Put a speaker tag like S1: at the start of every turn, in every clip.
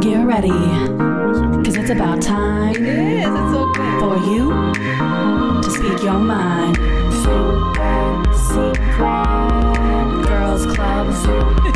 S1: Get ready, because it's about time
S2: It is. It's so good.
S1: for you to speak your mind. Secret, secret, girls club. Secret,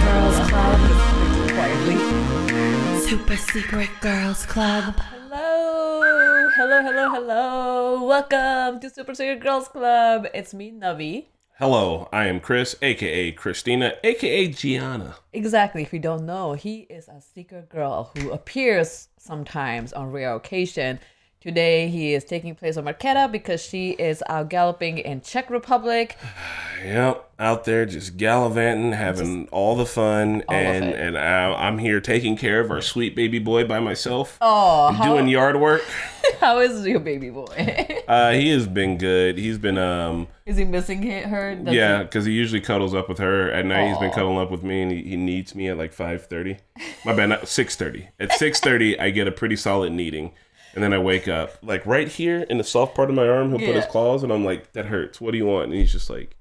S1: girls club.
S2: Quietly.
S1: Super secret girls club.
S2: Hello. Hello. Hello. Hello. Welcome to Super Secret Girls Club. It's me, Navi.
S3: Hello, I am Chris, aka Christina, aka Gianna.
S2: Exactly. If you don't know, he is a secret girl who appears sometimes on rare occasion. Today he is taking place on Marquetta because she is out galloping in Czech Republic.
S3: Yep, out there just gallivanting, having all the fun,
S2: of
S3: and
S2: it.
S3: and I, I'm here taking care of our sweet baby boy by myself.
S2: Oh, how,
S3: Doing yard work.
S2: how is your baby boy?
S3: Uh, he has been good. He's been um
S2: is he missing he- her? Does he-
S3: yeah, because he usually cuddles up with her at night. He's been cuddling up with me, and he, he needs me at like five thirty. My bad, not six thirty. At six thirty, I get a pretty solid kneading, and then I wake up like right here in the soft part of my arm. He'll put his
S2: Yeah.
S3: claws, and I'm like, "That hurts. What do you want?" And he's just like,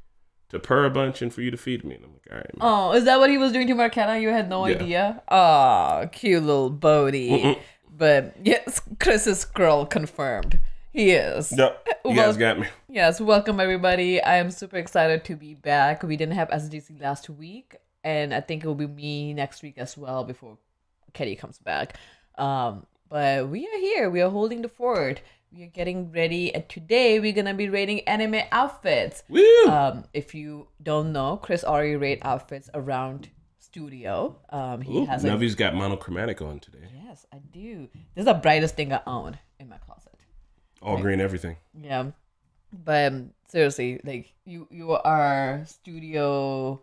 S3: "To purr a bunch and for you to feed me." And I'm like, "All right." Man.
S2: Oh, is that what he was doing to Marquetta? You had no
S3: Yeah.
S2: idea? Oh, cute little Bodie. But yes, Chris is girl confirmed. He is.
S3: Yep, you
S2: Oh, Well-
S3: guys got me.
S2: Yes, welcome everybody. I am super excited to be back. We didn't have SDC last week, and I think it will be me next week as well before Kelly comes back. Um, but we are here. We are holding the fort. We are getting ready, and today we're gonna be rating anime outfits.
S3: Woo!
S2: Um, if you don't know, Chris already rate outfits around studio. Um, he
S3: Ooh,
S2: has a
S3: Navi's got monochromatic on today.
S2: yes, I do. This is the brightest thing I own in my closet.
S3: All green, everything.
S2: Yeah, but um, seriously, like you, you are studio.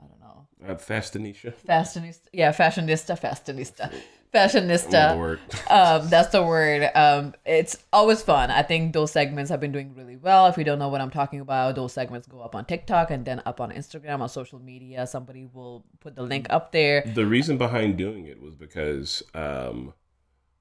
S2: I don't know,
S3: Uh, Fastanisha.
S2: fashionista. Yeah, fashionista, fashionista,
S3: Yeah.
S2: fashionista.
S3: Lord.
S2: Um, that's the word. Um, it's always fun. I think those segments have been doing really well. If you don't know what I'm talking about, those segments go up on TikTok and then up on Instagram on social media. Somebody will put the link up there.
S3: The reason behind doing it was because um,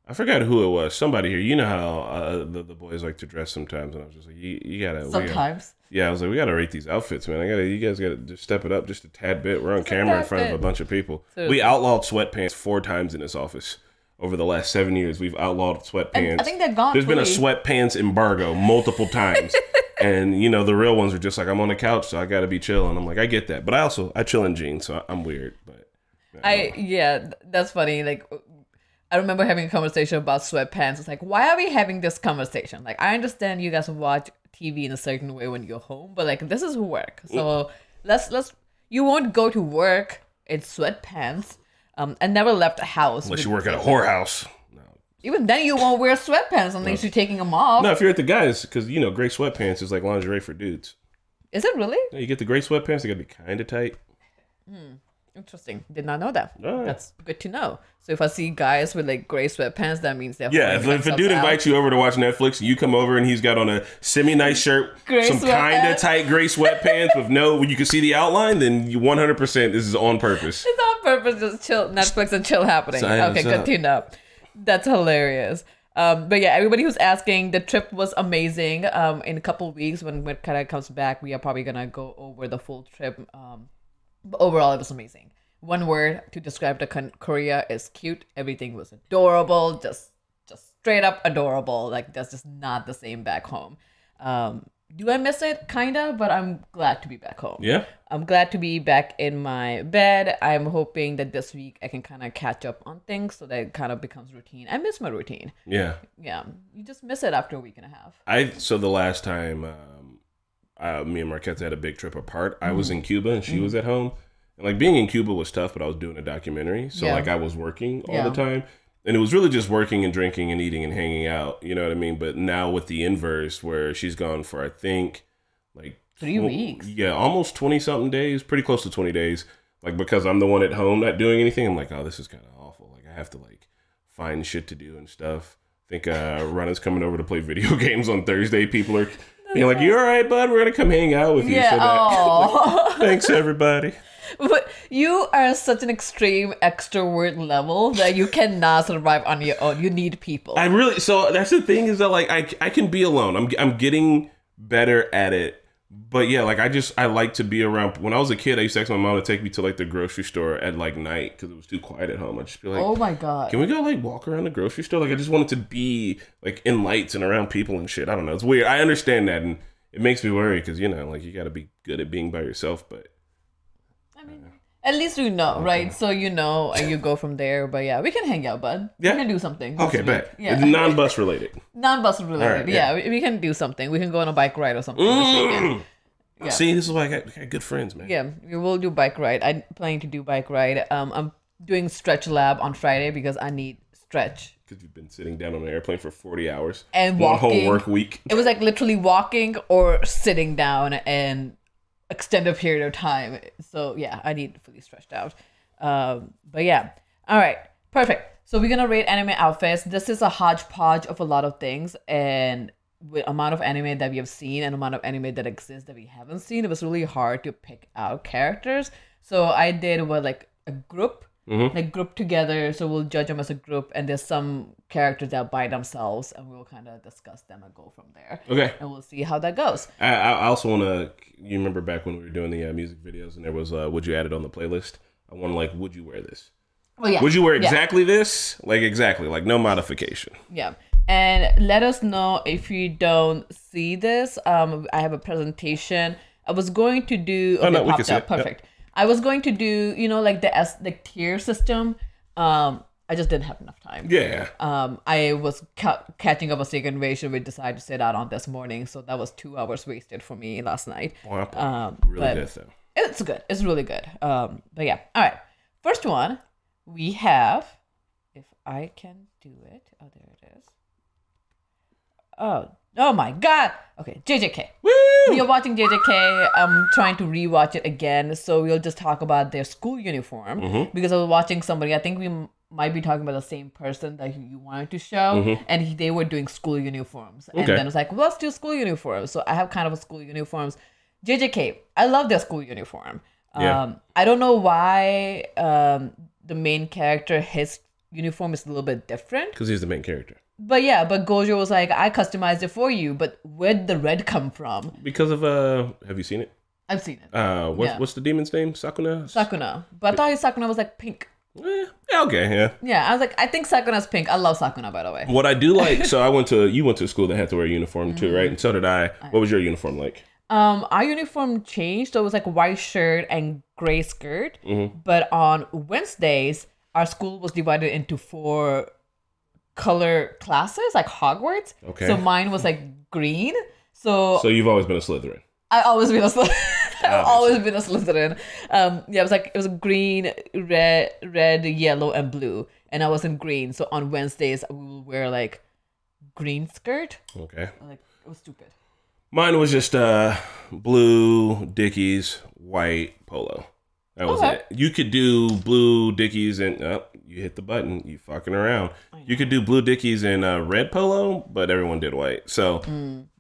S3: I forgot who it was. Somebody here, you know how uh, the, the boys like to dress sometimes, and I was just like, you, you gotta. we gotta-
S2: Sometimes
S3: yeah, I was like, we gotta rate these outfits, man. I gotta, you guys gotta just step it up just a tad bit. We're on camera in
S2: tad
S3: front of a
S2: bit.
S3: bunch of people.
S2: Seriously.
S3: We outlawed sweatpants four times in this office. Over the last seven years, we've outlawed sweatpants.
S2: And I think they're gone
S3: There's been a
S2: fully.
S3: sweatpants embargo multiple times, and you know the real ones are just like, I'm on the couch, so I gotta be chill. And I'm like, I get that, but I also I chill in jeans, so I'm weird. But
S2: I yeah, th- that's funny. Like I remember having a conversation about sweatpants. It's like, why are we having this conversation? Like I understand you guys watch TV in a certain way when you're home, but like this is work.
S3: Mm.
S2: So let's let's you won't go to work in sweatpants. Um, and never left the house.
S3: Unless
S2: with-
S3: you work at a whorehouse. No.
S2: Even then, you won't wear sweatpants unless you're taking them off.
S3: No, if you're at the guys, because you know, gray sweatpants is like lingerie for dudes.
S2: Is it really
S3: Yeah, You get the gray sweatpants, they gotta be kind of tight.
S2: interesting? Did not know that.
S3: Yeah.
S2: That's good to know. So if I see guys with like gray sweatpants, that means they're
S3: Yeah,
S2: holding
S3: if, if a
S2: themselves
S3: dude
S2: out.
S3: invites you over to watch Netflix, you come over and he's got on a semi nice shirt,
S2: Gray
S3: some kind
S2: sweatpants.
S3: of tight gray sweatpants with no, you can see the outline, then you 100% this is on purpose.
S2: It's on purpose, just chill Netflix and chill happening.
S3: Sign us
S2: okay, good
S3: up.
S2: to know. That's hilarious. Um, but yeah, everybody who's asking, the trip was amazing. Um, in a couple weeks when Witkata comes back, we are probably gonna go over the full trip. Um, but overall, it was amazing. One word to describe the con- Korea is cute. Everything was adorable, just just straight up adorable. Like that's just not the same back home. Um, do I miss it? Kinda, but I'm glad to be back home.
S3: Yeah.
S2: I'm glad to be back in my bed. I'm hoping that this week I can kind of catch up on things so that it kind of becomes routine. I miss my routine.
S3: Yeah.
S2: Yeah, you just miss it after a week and a half.
S3: I so the last time um, uh, me and Marquette had a big trip apart, I was in
S2: Mm-hmm.
S3: Cuba and she was at home. And like being in Cuba was tough, but I was doing a documentary, so
S2: Yeah.
S3: like I was working all
S2: Yeah.
S3: the time, and it was really just working and drinking and eating and hanging out. You know what I mean? But now with the inverse, where she's gone for I think like
S2: Three
S3: tw-
S2: weeks.
S3: yeah, almost twenty something days, pretty close to twenty days. Like because I'm the one at home not doing anything, I'm like, oh, this is kind of awful. Like I have to like find shit to do and stuff. I think uh Rana's coming over to play video games on Thursday. People are being like, "You all right, bud? We're gonna come hang out with you."
S2: Yeah.
S3: So that-
S2: Oh,
S3: Thanks, everybody.
S2: but you are such an extreme extrovert level that you cannot survive on your own. You need people.
S3: I really so that's the thing is that like I I can be alone. I'm I'm getting better at it, But yeah, like I just I like to be around. When I was a kid, I used to ask my mom to take me to like the grocery store at like night because it was too quiet at home. I just be like,
S2: oh my god.
S3: can we go like walk around the grocery store? Like I just wanted to be like in lights and around people and shit. I don't know. It's weird. I understand that, and it makes me worry because you know, like you got to be good at being by yourself. But
S2: At least you know, right? So you know, and you go from there. But yeah, we can hang out, bud.
S3: Yeah.
S2: We can do something. this
S3: okay,
S2: week.
S3: bet.
S2: Yeah.
S3: It's non-bus related.
S2: Non-bus related.
S3: Alright,
S2: yeah,
S3: yeah.
S2: we, we can do something. We can go on a bike ride or something. Yeah.
S3: See, this is why I got, I got good friends, man.
S2: Yeah, we will do bike ride. I'm planning to do bike ride. Um, I'm doing stretch lab on Friday because I need stretch.
S3: Because you've been sitting down on an airplane for forty hours
S2: And
S3: one
S2: walking.
S3: whole work week.
S2: It was like literally walking or sitting down and extend a period of time. So yeah, I need fully stretched out. Um, but yeah, all right, perfect. So we're gonna rate anime outfits. This is a hodgepodge of a lot of things and with amount of anime that we have seen and amount of anime that exists that we haven't seen. It was really hard to pick out characters. So I did what like a group.
S3: Mm-hmm.
S2: Like group together, so we'll judge them as a group, and there's some characters that by themselves, and we'll kind of discuss them and go from there,
S3: Okay.
S2: and we'll see how that goes.
S3: I, I I also want to. You remember back when we were doing the uh, music videos and there was uh, "Would you add it on the playlist"? I want to like, would you wear this?
S2: Well, yeah.
S3: Would you wear
S2: Yeah.
S3: exactly this? Like exactly, like no modification.
S2: Yeah. And let us know if you don't see this. Um, I have a presentation. I was going to do. Oh,
S3: no,
S2: it
S3: we can
S2: popped
S3: see
S2: up.
S3: it. Yep.
S2: Perfect. I was going to do, you know, like the S, the tier system. Um, I just didn't have enough time.
S3: Yeah.
S2: Um, I was ca- catching up on Secret Invasion. We decided to sit out on this morning, so that was two hours wasted for me last night.
S3: Wow.
S2: Um,
S3: really
S2: but-
S3: good though.
S2: It's good. It's really good. Um, but yeah. All right. First one we have. If I can do it. Oh, there it is. Oh, oh my God. Okay, JJK. We are watching JJK. I'm um, trying to rewatch it again, so we'll just talk about their school uniform
S3: Mm-hmm.
S2: because I was watching somebody. I think we m- might be talking about the same person that you wanted to show, and he, they were doing school uniforms. And
S3: Mm-hmm. Okay.
S2: then it was like, well, let's do school uniforms. So I have kind of a school uniforms. JJK. I love their school uniform.
S3: Yeah.
S2: Um, I don't know why um, the main character his uniform is a little bit different.
S3: Because he's the main character.
S2: But yeah, but Gojo was like, I customized it for you, but where'd the red come from?
S3: Because of uh, have you seen it?
S2: I've seen it.
S3: Uh, what,
S2: Yeah.
S3: what's the demon's name? Sakuna.
S2: Sakuna. But I thought his Sakuna was like pink.
S3: Eh, yeah, okay. Yeah.
S2: Yeah, I was like, I think Sakuna's pink. I love Sakuna, by the way.
S3: What I do like, so I went to you went to a school that had to wear a uniform
S2: Mm.
S3: too, right? And so did I. What was your uniform like?
S2: Um, our uniform changed, so it was like white shirt and gray skirt. But on Wednesdays, our school was divided into four color classes, like Hogwarts.
S3: Okay.
S2: So mine was like green. So,
S3: So you've always been a Slytherin.
S2: I always been a Slytherin.
S3: Oh,
S2: I've always been a Slytherin. Um, yeah, it was like it was green, red, red, yellow, and blue, and I was in green. So on Wednesdays, we will wear like green skirt.
S3: Okay.
S2: Like it was stupid.
S3: Mine was just uh blue Dickies, white polo. That was
S2: Okay.
S3: it. You could do blue Dickies and oh, you hit the button. You fucking around. You could do blue Dickies and uh, red polo, but everyone did white. So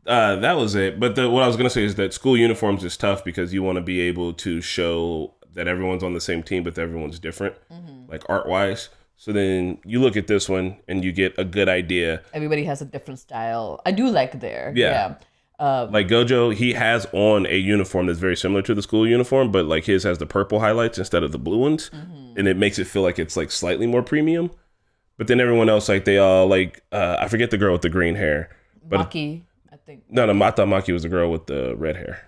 S3: uh, that was it. But the, what I was gonna say is that school uniforms is tough because you want to be able to show that everyone's on the same team, but everyone's different, like art wise. So then you look at this one and you get a good idea.
S2: Everybody has a different style. I do like there.
S3: Yeah.
S2: yeah. Um,
S3: Like Gojo, he has on a uniform that's very similar to the school uniform, but like his has the purple highlights instead of the blue ones,
S2: Mm-hmm.
S3: and it makes it feel like it's like slightly more premium. But then everyone else, like they all like, uh, I forget the girl with the green hair, but
S2: Maki, I think
S3: no, no, Mata Maki was the girl with the red hair.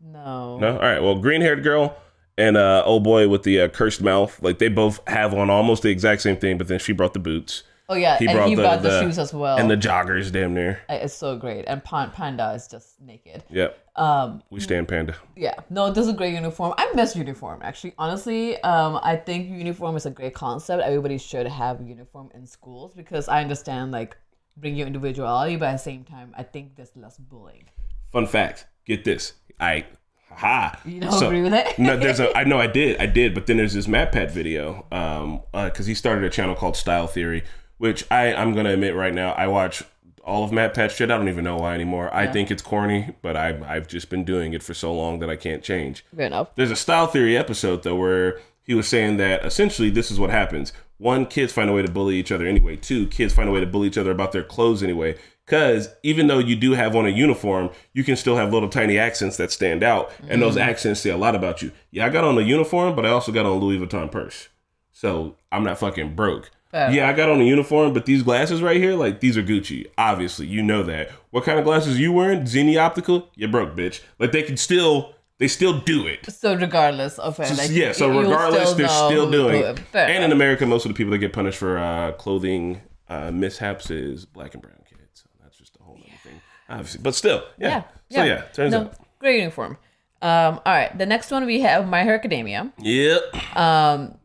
S2: no.
S3: No, all right, well, green haired girl and uh, old boy with the uh, cursed mouth, like they both have on almost the exact same thing, but then she brought the boots
S2: Oh yeah,
S3: He
S2: and
S3: brought
S2: he
S3: the-
S2: brought the,
S3: the-
S2: shoes as well.
S3: and
S2: And
S3: the joggers, damn near.
S2: it's so great. And Pan- Panda is just naked.
S3: Yep,
S2: Um,
S3: we stand panda.
S2: Yeah, no, this is a great uniform. I miss uniform actually. Honestly, um, I think uniform is a great concept. Everybody should have uniform in schools because I understand like bring your individuality, but at the same time, I think there's less bullying.
S3: Fun fact, get this, I. Ha!
S2: You don't agree with it?
S3: no, there's a. I know I did. I did. But then there's this MatPat video. Um, because he started a channel called Style Theory, which I I'm gonna admit right now I watch all of MatPat's shit. I don't even know why anymore. I think it's corny, but I I've just been doing it for so long that I can't change.
S2: Fair enough.
S3: There's a Style Theory episode though where he was saying that essentially this is what happens. One, kids find a way to bully each other anyway. Two, kids find a way to bully each other about their clothes anyway. Because even though you do have on a uniform, you can still have little tiny accents that stand out. And those accents say a lot about you. Yeah, I got on a uniform, but I also got on a Louis Vuitton purse. So I'm not fucking broke.
S2: Fair.
S3: Yeah, I got on a uniform, but these glasses right here, like these are Gucci. Obviously, you know that. What kind of glasses you wearing? Zenni Optical? You're broke, bitch. Like they can still, they still do it.
S2: So regardless of it, like
S3: yeah, so
S2: you- you'll
S3: regardless, they're
S2: know
S3: still
S2: who-
S3: doing.
S2: who-
S3: it.
S2: fair.
S3: And in America, most of the people that get punished for uh, clothing uh, mishaps is black and brown kids. So that's just a whole other thing, obviously. But still, yeah. So yeah, turns
S2: No,
S3: out.
S2: great uniform. Um, all right, the next one we have My Hero Academia.
S3: Yep.
S2: Um,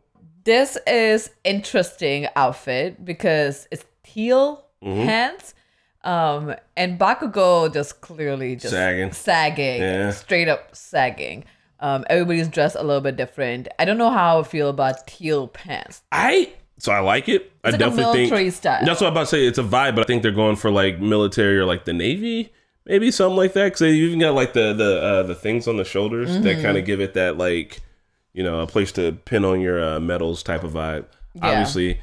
S2: this is interesting outfit because it's teal
S3: Mm-hmm.
S2: pants. Um, and Bakugo just clearly just
S3: Sagging.
S2: sagging,
S3: Yeah.
S2: straight up sagging. Um, everybody's dressed a little bit different. I don't know how I feel about teal pants.
S3: I so I like it. I
S2: like a
S3: definitely
S2: military
S3: think
S2: style.
S3: that's what I'm about to say. It's a vibe, but I think they're going for like military or like the navy, maybe something like that. Because they even got like the the uh, the things on the shoulders
S2: Mm-hmm.
S3: that kind of give it that like you know a place to pin on your uh, medals type of vibe. Obviously,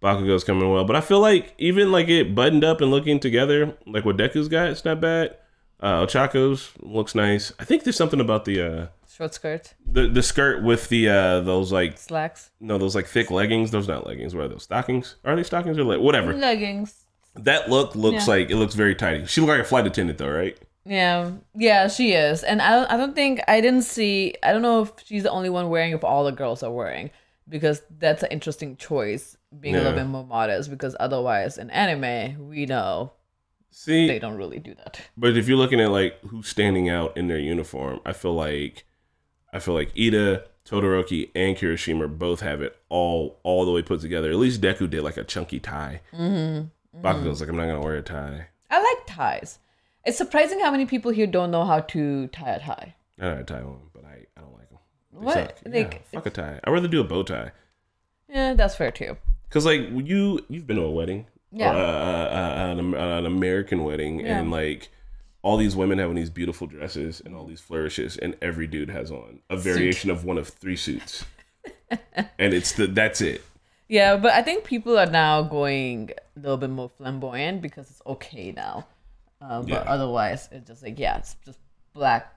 S3: Bakugo's coming well, but I feel like even like it buttoned up and looking together, like what Deku's got, it's not bad. Uh, Ochako's looks nice. I think there's something about the uh,
S2: Short skirt,
S3: the the skirt with the uh, those like
S2: slacks,
S3: no, those like thick leggings. Those not leggings. What are those? Stockings? Are they stockings or like whatever?
S2: leggings.
S3: That look looks
S2: Mm. Yeah.
S3: like it looks very tidy. She looked like a flight attendant though, right?
S2: Yeah, yeah, she is, and I don't, I don't think I didn't see. I don't know if she's the only one wearing if all the girls are wearing because that's an interesting choice, being a little
S3: Yeah.
S2: bit more modest. Because otherwise, in anime, we know they
S3: See,
S2: don't really do that.
S3: but if you're looking at like who's standing out in their uniform, I feel like I feel like Ida, Todoroki, and Kirishima both have it all all the way put together. At least Deku did like a chunky tie. Mm-hmm. Bakugo's like, I'm not gonna wear a tie.
S2: I like ties. It's surprising how many people here don't know how to tie a tie.
S3: I don't have a tie on, but I, I don't like them. They
S2: What?
S3: suck.
S2: Like,
S3: yeah, fuck a tie. I'd rather do a bow tie.
S2: Yeah, that's fair too.
S3: Cause like you you've been to a wedding,
S2: Yeah.
S3: or, uh, uh, uh, an, an American wedding,
S2: Yeah.
S3: and like all these women having these beautiful dresses and all these flourishes, and every dude has on a variation of one of three suits, and it's the that's it.
S2: Yeah, but I think people are now going a little bit more flamboyant because it's okay now. Uh, but
S3: Yeah.
S2: otherwise, it's just like yeah, it's just black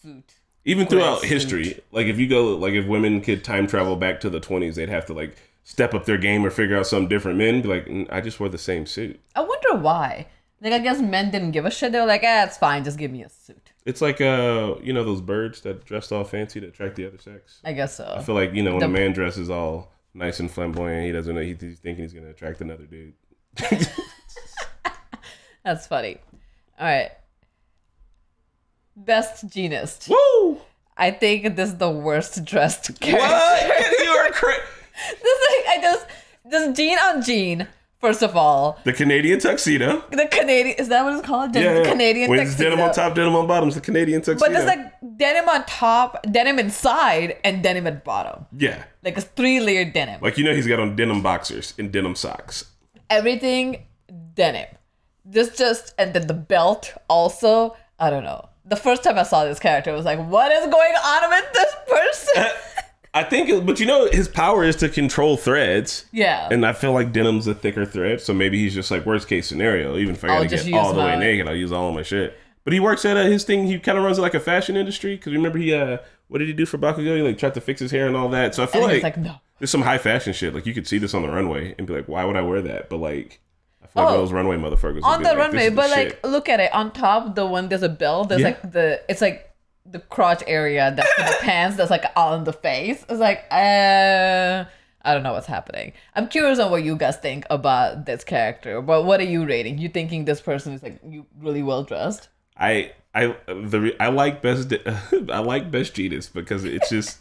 S2: suit.
S3: Even
S2: Great
S3: throughout
S2: suit.
S3: history, like if you go like if women could time travel back to the twenties, they'd have to like step up their game or figure out some different men. Be like, "Mm, I just wore the same suit.
S2: I wonder why. Like, I guess men didn't give a shit. They were like, ah, it's fine. Just give me a suit.
S3: It's like uh you know those birds that dressed all fancy to attract the other sex.
S2: I guess
S3: I
S2: so.
S3: feel like you know when
S2: The-
S3: a man dresses all nice and flamboyant, he doesn't know he, he's thinking he's gonna attract another dude.
S2: That's funny. All right. Best genist.
S3: Woo!
S2: I think this is the worst dressed character.
S3: What? you are cra-
S2: This is, I just, this jean on jean, first of all.
S3: the Canadian tuxedo.
S2: The Canadian, is that what it's called? Den- Canadian
S3: When it's
S2: tuxedo.
S3: denim on top, denim on bottom. It's the Canadian tuxedo.
S2: But there's like denim on top, denim inside, and denim at bottom.
S3: yeah,
S2: Like it's three layer denim.
S3: like you know he's got on denim boxers and denim socks.
S2: everything denim. This just and then the belt also. I don't know. The first time I saw this character, I was like, "What is going on with this person?"
S3: I think, it- but you know his power is to control threads.
S2: yeah,
S3: And I feel like denim's a thicker thread, so maybe he's just like worst case scenario. Even if I
S2: I'll
S3: gotta
S2: Oh, just
S3: get
S2: use
S3: all the way
S2: my-
S3: naked, I'll use all of my shit. But he works at uh, his thing. He kind of runs it like a fashion industry. Because remember, he uh, what did he do for Bakugo? He like tried to fix his hair and all that. So I feel
S2: and
S3: like,
S2: he's like, "No."
S3: there's some high fashion shit. Like you could see this on the runway and be like, why would I wear that? But like, I
S2: Oh.
S3: feel like one of those runway motherfuckers would
S2: On
S3: be
S2: the
S3: like, this
S2: runway,
S3: is the
S2: but
S3: shit.
S2: like, look at it. On top, the one there's a belt. There's
S3: Yeah.
S2: like the it's like the crotch area that's for the pants. That's like on the face. It's like, uh, I don't know what's happening. I'm curious on what you guys think about this character. But what are you rating? You thinking this person is like you really well dressed?
S3: I I the re- I like best de- I like best genus because it's just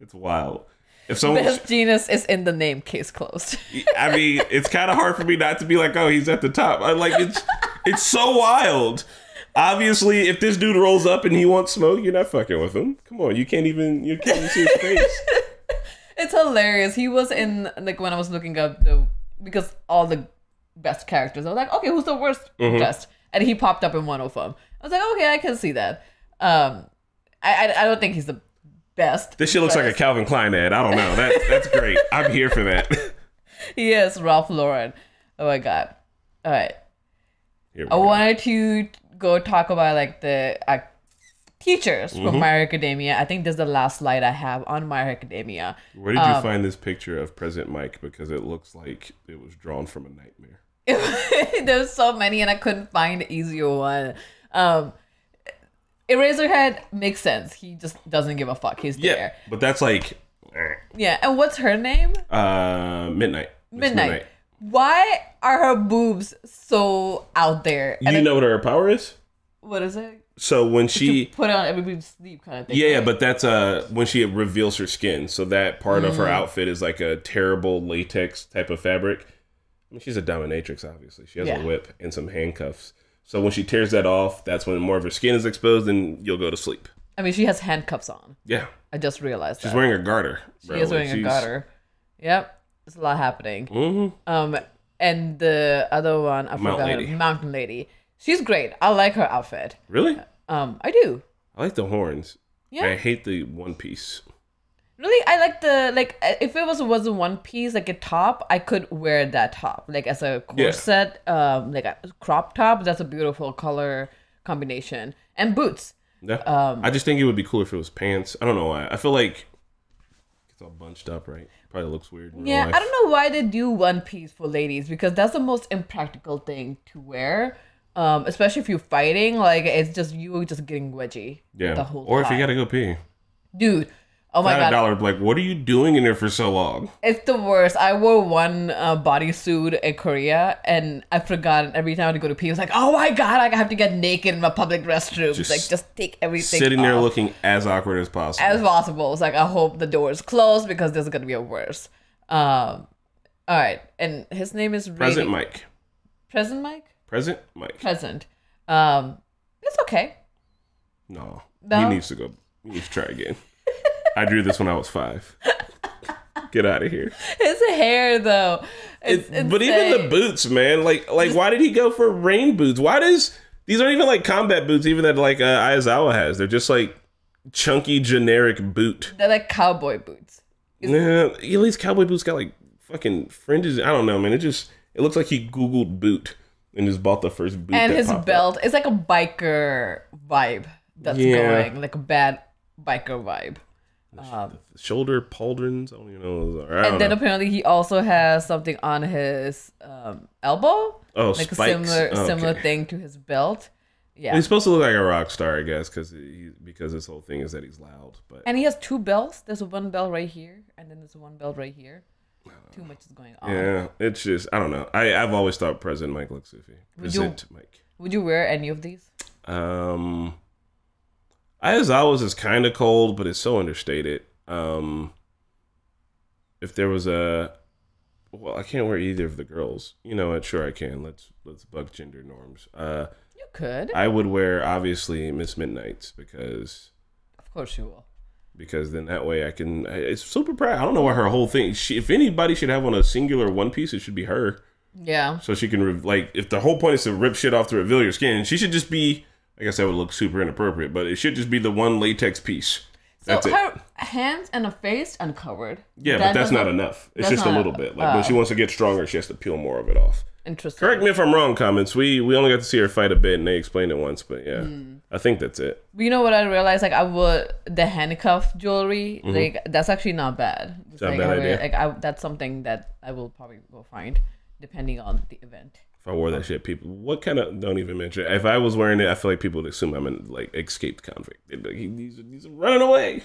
S3: it's wild. If someone
S2: Best genus is in the name. Case closed.
S3: I mean, it's kind of hard for me not to be like, oh, he's at the top. I like it's it's so wild. Obviously, if this dude rolls up and he wants smoke, you're not fucking with him. Come on, you can't even you can't even see his face.
S2: it's hilarious. He was in like when I was looking up the because all the best characters. I was like, okay, who's the worst dressed? And he popped up in one of them. I was like, okay, I can see that. Um, I I, I don't think he's the best.
S3: This shit looks like a Calvin Klein ad. I don't know. That that's great. I'm here for that.
S2: yes, Ralph Lauren. Oh my god. All right.
S3: Here we
S2: I
S3: go.
S2: wanted to go talk about like the uh, teachers from My Academia. I think this is the last slide I have on My Academia.
S3: Where did you find this picture of President Mike? Because it looks like it was drawn from a nightmare.
S2: There's so many, and I couldn't find an easier one. Um, Eraserhead makes sense. He just doesn't give a fuck. He's
S3: Yeah,
S2: there.
S3: but that's like
S2: Yeah. And what's her name?
S3: uh, midnight. It's
S2: Midnight. Why are her boobs so out there? And
S3: You
S2: it-
S3: know what her power is?
S2: what is it?
S3: So when she
S2: to put on everybody's sleep kind of thing.
S3: Yeah, yeah, but that's uh when she reveals her skin. So that part of her
S2: Mm.
S3: outfit is like a terrible latex type of fabric. I mean, she's a dominatrix, obviously. She has
S2: Yeah.
S3: a whip and some handcuffs. So when she tears that off, that's when more of her skin is exposed, and you'll go to sleep.
S2: I mean, she has handcuffs on.
S3: Yeah,
S2: I just realized
S3: she's
S2: that.
S3: wearing a garter.
S2: she is wearing a garter. Yep, there's a lot happening.
S3: hmm
S2: Um, and the other one, I
S3: Mountain
S2: forgot. her-
S3: Lady.
S2: Mountain Lady. She's great. I like her outfit.
S3: Really?
S2: Um, I do.
S3: I like the horns.
S2: Yeah.
S3: I hate the one piece.
S2: Really, I like the like. uh, If it was was a one piece, like a top, I could wear that top, like as a
S3: Yeah.
S2: corset, um, like a crop top. That's a beautiful color combination and boots.
S3: Yeah.
S2: Um,
S3: I just think it would be cooler if it was pants. I don't know why. I feel like it's all bunched up, right? Probably looks weird. In
S2: Yeah,
S3: real life.
S2: I don't know why they do one piece for ladies because that's the most impractical thing to wear. Um, especially if you're fighting, like it's just you just getting wedgie.
S3: Yeah.
S2: The whole
S3: or if you
S2: time.
S3: gotta go pee.
S2: dude. Oh my
S3: Not a
S2: god,
S3: dollar. Like, what are you doing in there for so long?
S2: it's the worst. I wore one uh, bodysuit in Korea, and I forgot. and Every time I go to pee, I was like, "Oh my god, I have to get naked in my public restroom."
S3: Just
S2: like, just take everything.
S3: Sitting there
S2: off
S3: looking as awkward as possible.
S2: as possible. It's like I hope the door is closed because this is gonna be a worse. Um, all right, and his name is
S3: Present
S2: Rady-
S3: Mike.
S2: Present Mike.
S3: Present Mike.
S2: present. Um, it's okay.
S3: No.
S2: No?
S3: He needs to go. He needs to try again. I drew this when I was five. Get out of here.
S2: His hair, though, it's,
S3: but even the
S2: insane.
S3: boots, man. Like, like, why did he go for rain boots? Why does these aren't even like combat boots? Even that like uh, Aizawa has. They're just like chunky generic boot.
S2: they're like cowboy boots.
S3: Nah, at least cowboy boots got like fucking fringes. I don't know, man. It just it looks like he googled boot and just bought the first boot.
S2: and
S3: that
S2: his
S3: popped up.
S2: belt is like a biker vibe that's
S3: Yeah.
S2: going, like a bad biker vibe.
S3: shoulder pauldrons. I don't even know. What those are. I don't
S2: And then
S3: know.
S2: apparently he also has something on his um, elbow,
S3: oh,
S2: like
S3: spikes.
S2: a similar
S3: Oh, okay.
S2: similar thing to his belt. Yeah,
S3: He's supposed to look like a rock star, I guess, because because his whole thing is that he's loud. But
S2: and he has two belts. There's one belt right here, and then there's one belt right here. Too much is going on.
S3: yeah, it's just I don't know. I I've always thought President Mike looks goofy.
S2: Would you-
S3: Present Mike.
S2: Would you wear any of these?
S3: Um, Ayazawa's is kind of cold, but it's so understated. Um, if there was a, well, I can't wear either of the girls. You know what? Sure, I can. Let's let's buck gender norms. Uh,
S2: You could,
S3: I would wear obviously Miss Midnight's because
S2: of course, you will.
S3: because then that way I can. I- It's super proud. I don't know why her whole thing. She, if anybody should have on a singular one piece, it should be her.
S2: Yeah.
S3: So she can re- like if the whole point is to rip shit off to reveal your skin, she should just be. I guess that would look super inappropriate, but it should just be the one latex piece.
S2: So
S3: That's it.
S2: her hands and her face uncovered.
S3: Yeah,
S2: That
S3: but that's not
S2: doesn't-
S3: enough. It's
S2: that's
S3: just
S2: not-
S3: a
S2: Oh. Ah,
S3: little bit. Like when she wants to get stronger, she has to peel more of it off.
S2: Interesting.
S3: Correct me if I'm wrong. Comments. We we only got to see her fight a bit, and they explained it once, but yeah,
S2: Hmm.
S3: I think that's it.
S2: You know what I realized? Like I would the handcuff jewelry. Like that's actually not bad. It's
S3: Mm-hmm. not a
S2: like,
S3: bad
S2: I would-
S3: idea.
S2: Like I, that's something that I will probably go find, depending on the event.
S3: If I wore that shit, people, what kind of? Don't even mention. it. If I was wearing it, I feel like people would assume I'm an like escaped convict. They'd be like, "He- he's, he's running away,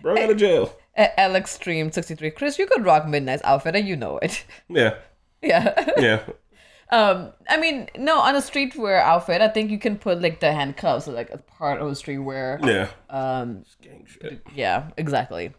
S3: broke out of jail.
S2: A- Alex Stream sixty three. Chris, you could rock Midnight's outfit, and you know it.
S3: Yeah,
S2: yeah.
S3: yeah.
S2: Um, I mean, no, on a streetwear outfit, I think you can put like the handcuffs like a part of a streetwear.
S3: Yeah.
S2: Um,
S3: Gang shit.
S2: yeah, exactly.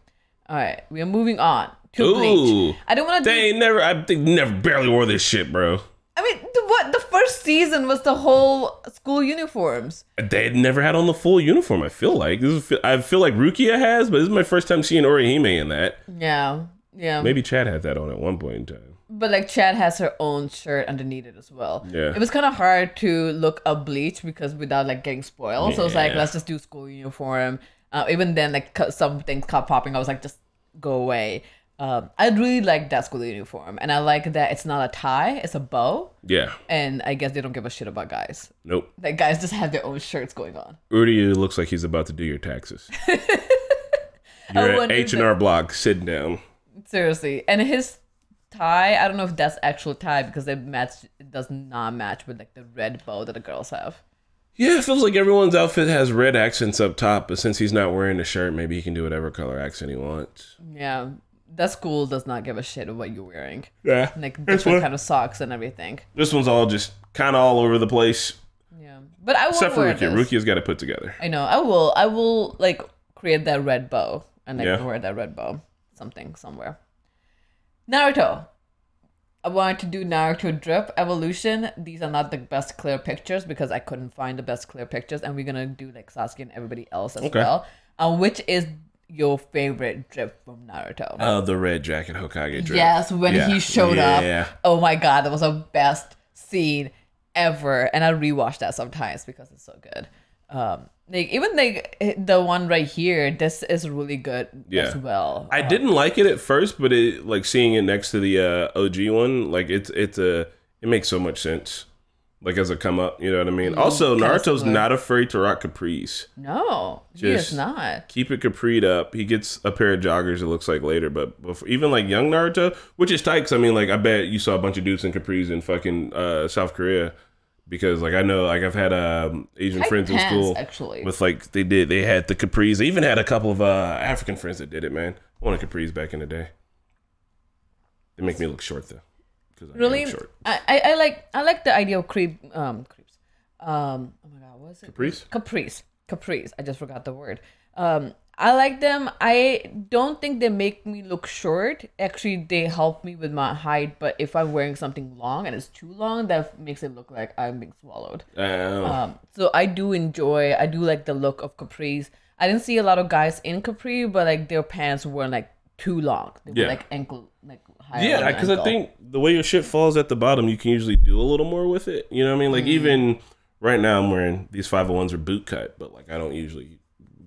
S2: All right, we are moving on to
S3: Ooh.
S2: Bleach. I don't want to.
S3: They ain't never. I think never barely wore this shit, bro.
S2: I mean, the, what the first season was the whole school uniforms.
S3: They had never had on the full uniform. I feel like this is. I feel like Rukia has, but this is my first time seeing Orihime in that.
S2: Yeah, yeah.
S3: Maybe Chad had that on at one point in time.
S2: But like, Chad has her own shirt underneath it as well.
S3: Yeah.
S2: It was kind of hard to look up Bleach because without like getting spoiled, so it's like
S3: Yeah.
S2: let's just do school uniform. Uh, even then, like co- some things kept popping. I was like, just go away. Um, I really like that school uniform, and I like that it's not a tie; it's a bow.
S3: Yeah.
S2: And I guess they don't give a shit about guys.
S3: Nope.
S2: Like guys just have their own shirts going on.
S3: Rudy looks like he's about to do your taxes. You're at
S2: wonder
S3: H and R Block, sitting down.
S2: Seriously, and his tie, I don't know if that's actual tie because it match it does not match with like the red bow that the girls have.
S3: Yeah, it feels like everyone's outfit has red accents up top, but since he's not wearing the shirt, maybe he can do whatever color accent he wants.
S2: Yeah, that school does not give a shit of what you're wearing.
S3: Yeah.
S2: Like
S3: That's
S2: different
S3: what-
S2: kind of socks and everything.
S3: This one's all just kind of all over the place,
S2: Yeah, but I will
S3: except for
S2: wear
S3: Rukia.
S2: this.
S3: Rukia's got it put together.
S2: I know. I will. I will like create that red bow and like
S3: Yeah.
S2: wear that red bow something somewhere. Naruto. I wanted to do Naruto drip evolution. These are not the best clear pictures because I couldn't find the best clear pictures, and we're gonna do like Sasuke and everybody else as
S3: Okay.
S2: well. Uh, which is your favorite drip from Naruto?
S3: Uh, the red jacket Hokage dress.
S2: Yes, when
S3: Yeah.
S2: he showed
S3: Yeah.
S2: up. Oh my god, that was the best scene ever. And I rewatch that sometimes because it's so good. Um like even like the one right here, this is really good
S3: Yeah.
S2: as well.
S3: I didn't like it at first, but it like seeing it next to the uh, OG one, like it's it's a it makes so much sense. Like as a come up, you know what I
S2: Mm-hmm.
S3: mean. also,
S2: kinda
S3: Naruto's
S2: similar.
S3: not afraid to rock capris.
S2: no, he is
S3: Just-
S2: not.
S3: Keep it capried up. He gets a pair of joggers. It looks like later, but before, even like young Naruto, which is tight. 'cause, I mean, like I bet you saw a bunch of dudes in capris in fucking uh, South Korea, because like I know, like I've had um, Asian
S2: Tight
S3: friends
S2: pants,
S3: in school
S2: actually.
S3: with like they did. They had the capris. They even had a couple of uh, African friends that did it. Man, I wanted capris back in the day. They make me look short though, because I'm
S2: Really
S3: short.
S2: I, I, I like I like the idea of creep um creeps. Um oh my god, what is it?
S3: Capris.
S2: Caprice. Caprice. I just forgot the word. Um, I like them. I don't think they make me look short. Actually, they help me with my height. But if I'm wearing something long and it's too long, that makes it look like I'm being swallowed.
S3: Uh,
S2: Um, so I do enjoy. I do like the look of capris. I didn't see a lot of guys in capri, but like their pants were like too long. They were
S3: Yeah.
S2: like ankle, like higher.
S3: Yeah,
S2: than
S3: because I
S2: ankle.
S3: think the way your shit falls at the bottom, you can usually do a little more with it. You know what I mean?
S2: Mm-hmm.
S3: Like even right now, I'm wearing these 501s are boot cut, but like I don't usually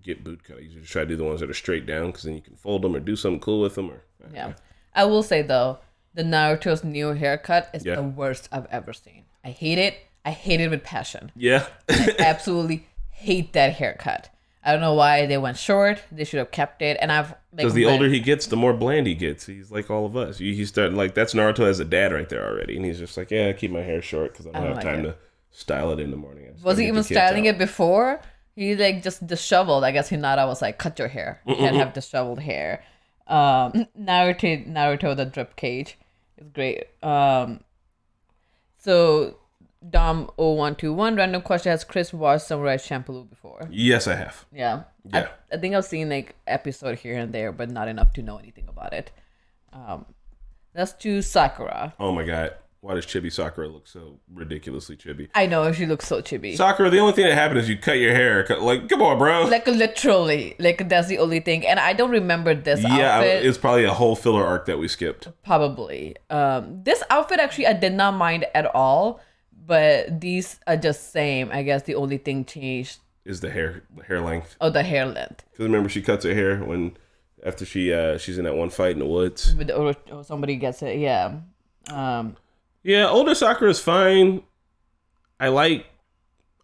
S3: get boot cut. I usually try to do the ones that are straight down because then you can fold them or do something cool with them. Or
S2: Yeah. I will say though, the Naruto's new haircut is
S3: Yeah.
S2: the worst I've ever seen. I hate it. I hate it with passion.
S3: yeah,
S2: I absolutely hate that haircut. I don't know why they went short. They should have kept it. And I've like
S3: because the
S2: read-
S3: older he gets, the more bland he gets. He's like all of us. You- He's starting like that's Naruto as a dad right there already, and he's just like, yeah, I keep my hair short because I don't
S2: don't
S3: have
S2: like
S3: time
S2: it.
S3: to style it in the morning. I just
S2: was
S3: gotta
S2: he
S3: get
S2: even
S3: the kids out."
S2: styling it before? He like just disheveled. I guess Hinata was like, "Cut your hair. You can't have disheveled hair." Um, Naruto, Naruto, the drip cage is great. Um, so Dom 0121 random question has Chris watched Samurai Champloo before?
S3: Yes, I have.
S2: Yeah. I-
S3: Yeah.
S2: I, think I've seen like episode here and there, but not enough to know anything about it. Um, let's do Sakura.
S3: Oh my god, why does Chibi Sakura look so ridiculously chibi?
S2: I know she looks so chibi.
S3: Soccer, the only thing that happened is you cut your hair. Cut, like, come on, bro.
S2: like literally, like that's the only thing. And I don't remember this
S3: yeah,
S2: outfit.
S3: it's probably a whole filler arc that we skipped.
S2: probably. Um, this outfit actually I did not mind at all, but these are just same. I guess the only thing changed
S3: Is the hair the hair length?
S2: oh the hair length
S3: Because remember, she cuts her hair when after she uh she's in that one fight in the woods.
S2: with the, or, or somebody gets it. Yeah. Um,
S3: Yeah, older Sakura is fine. I like.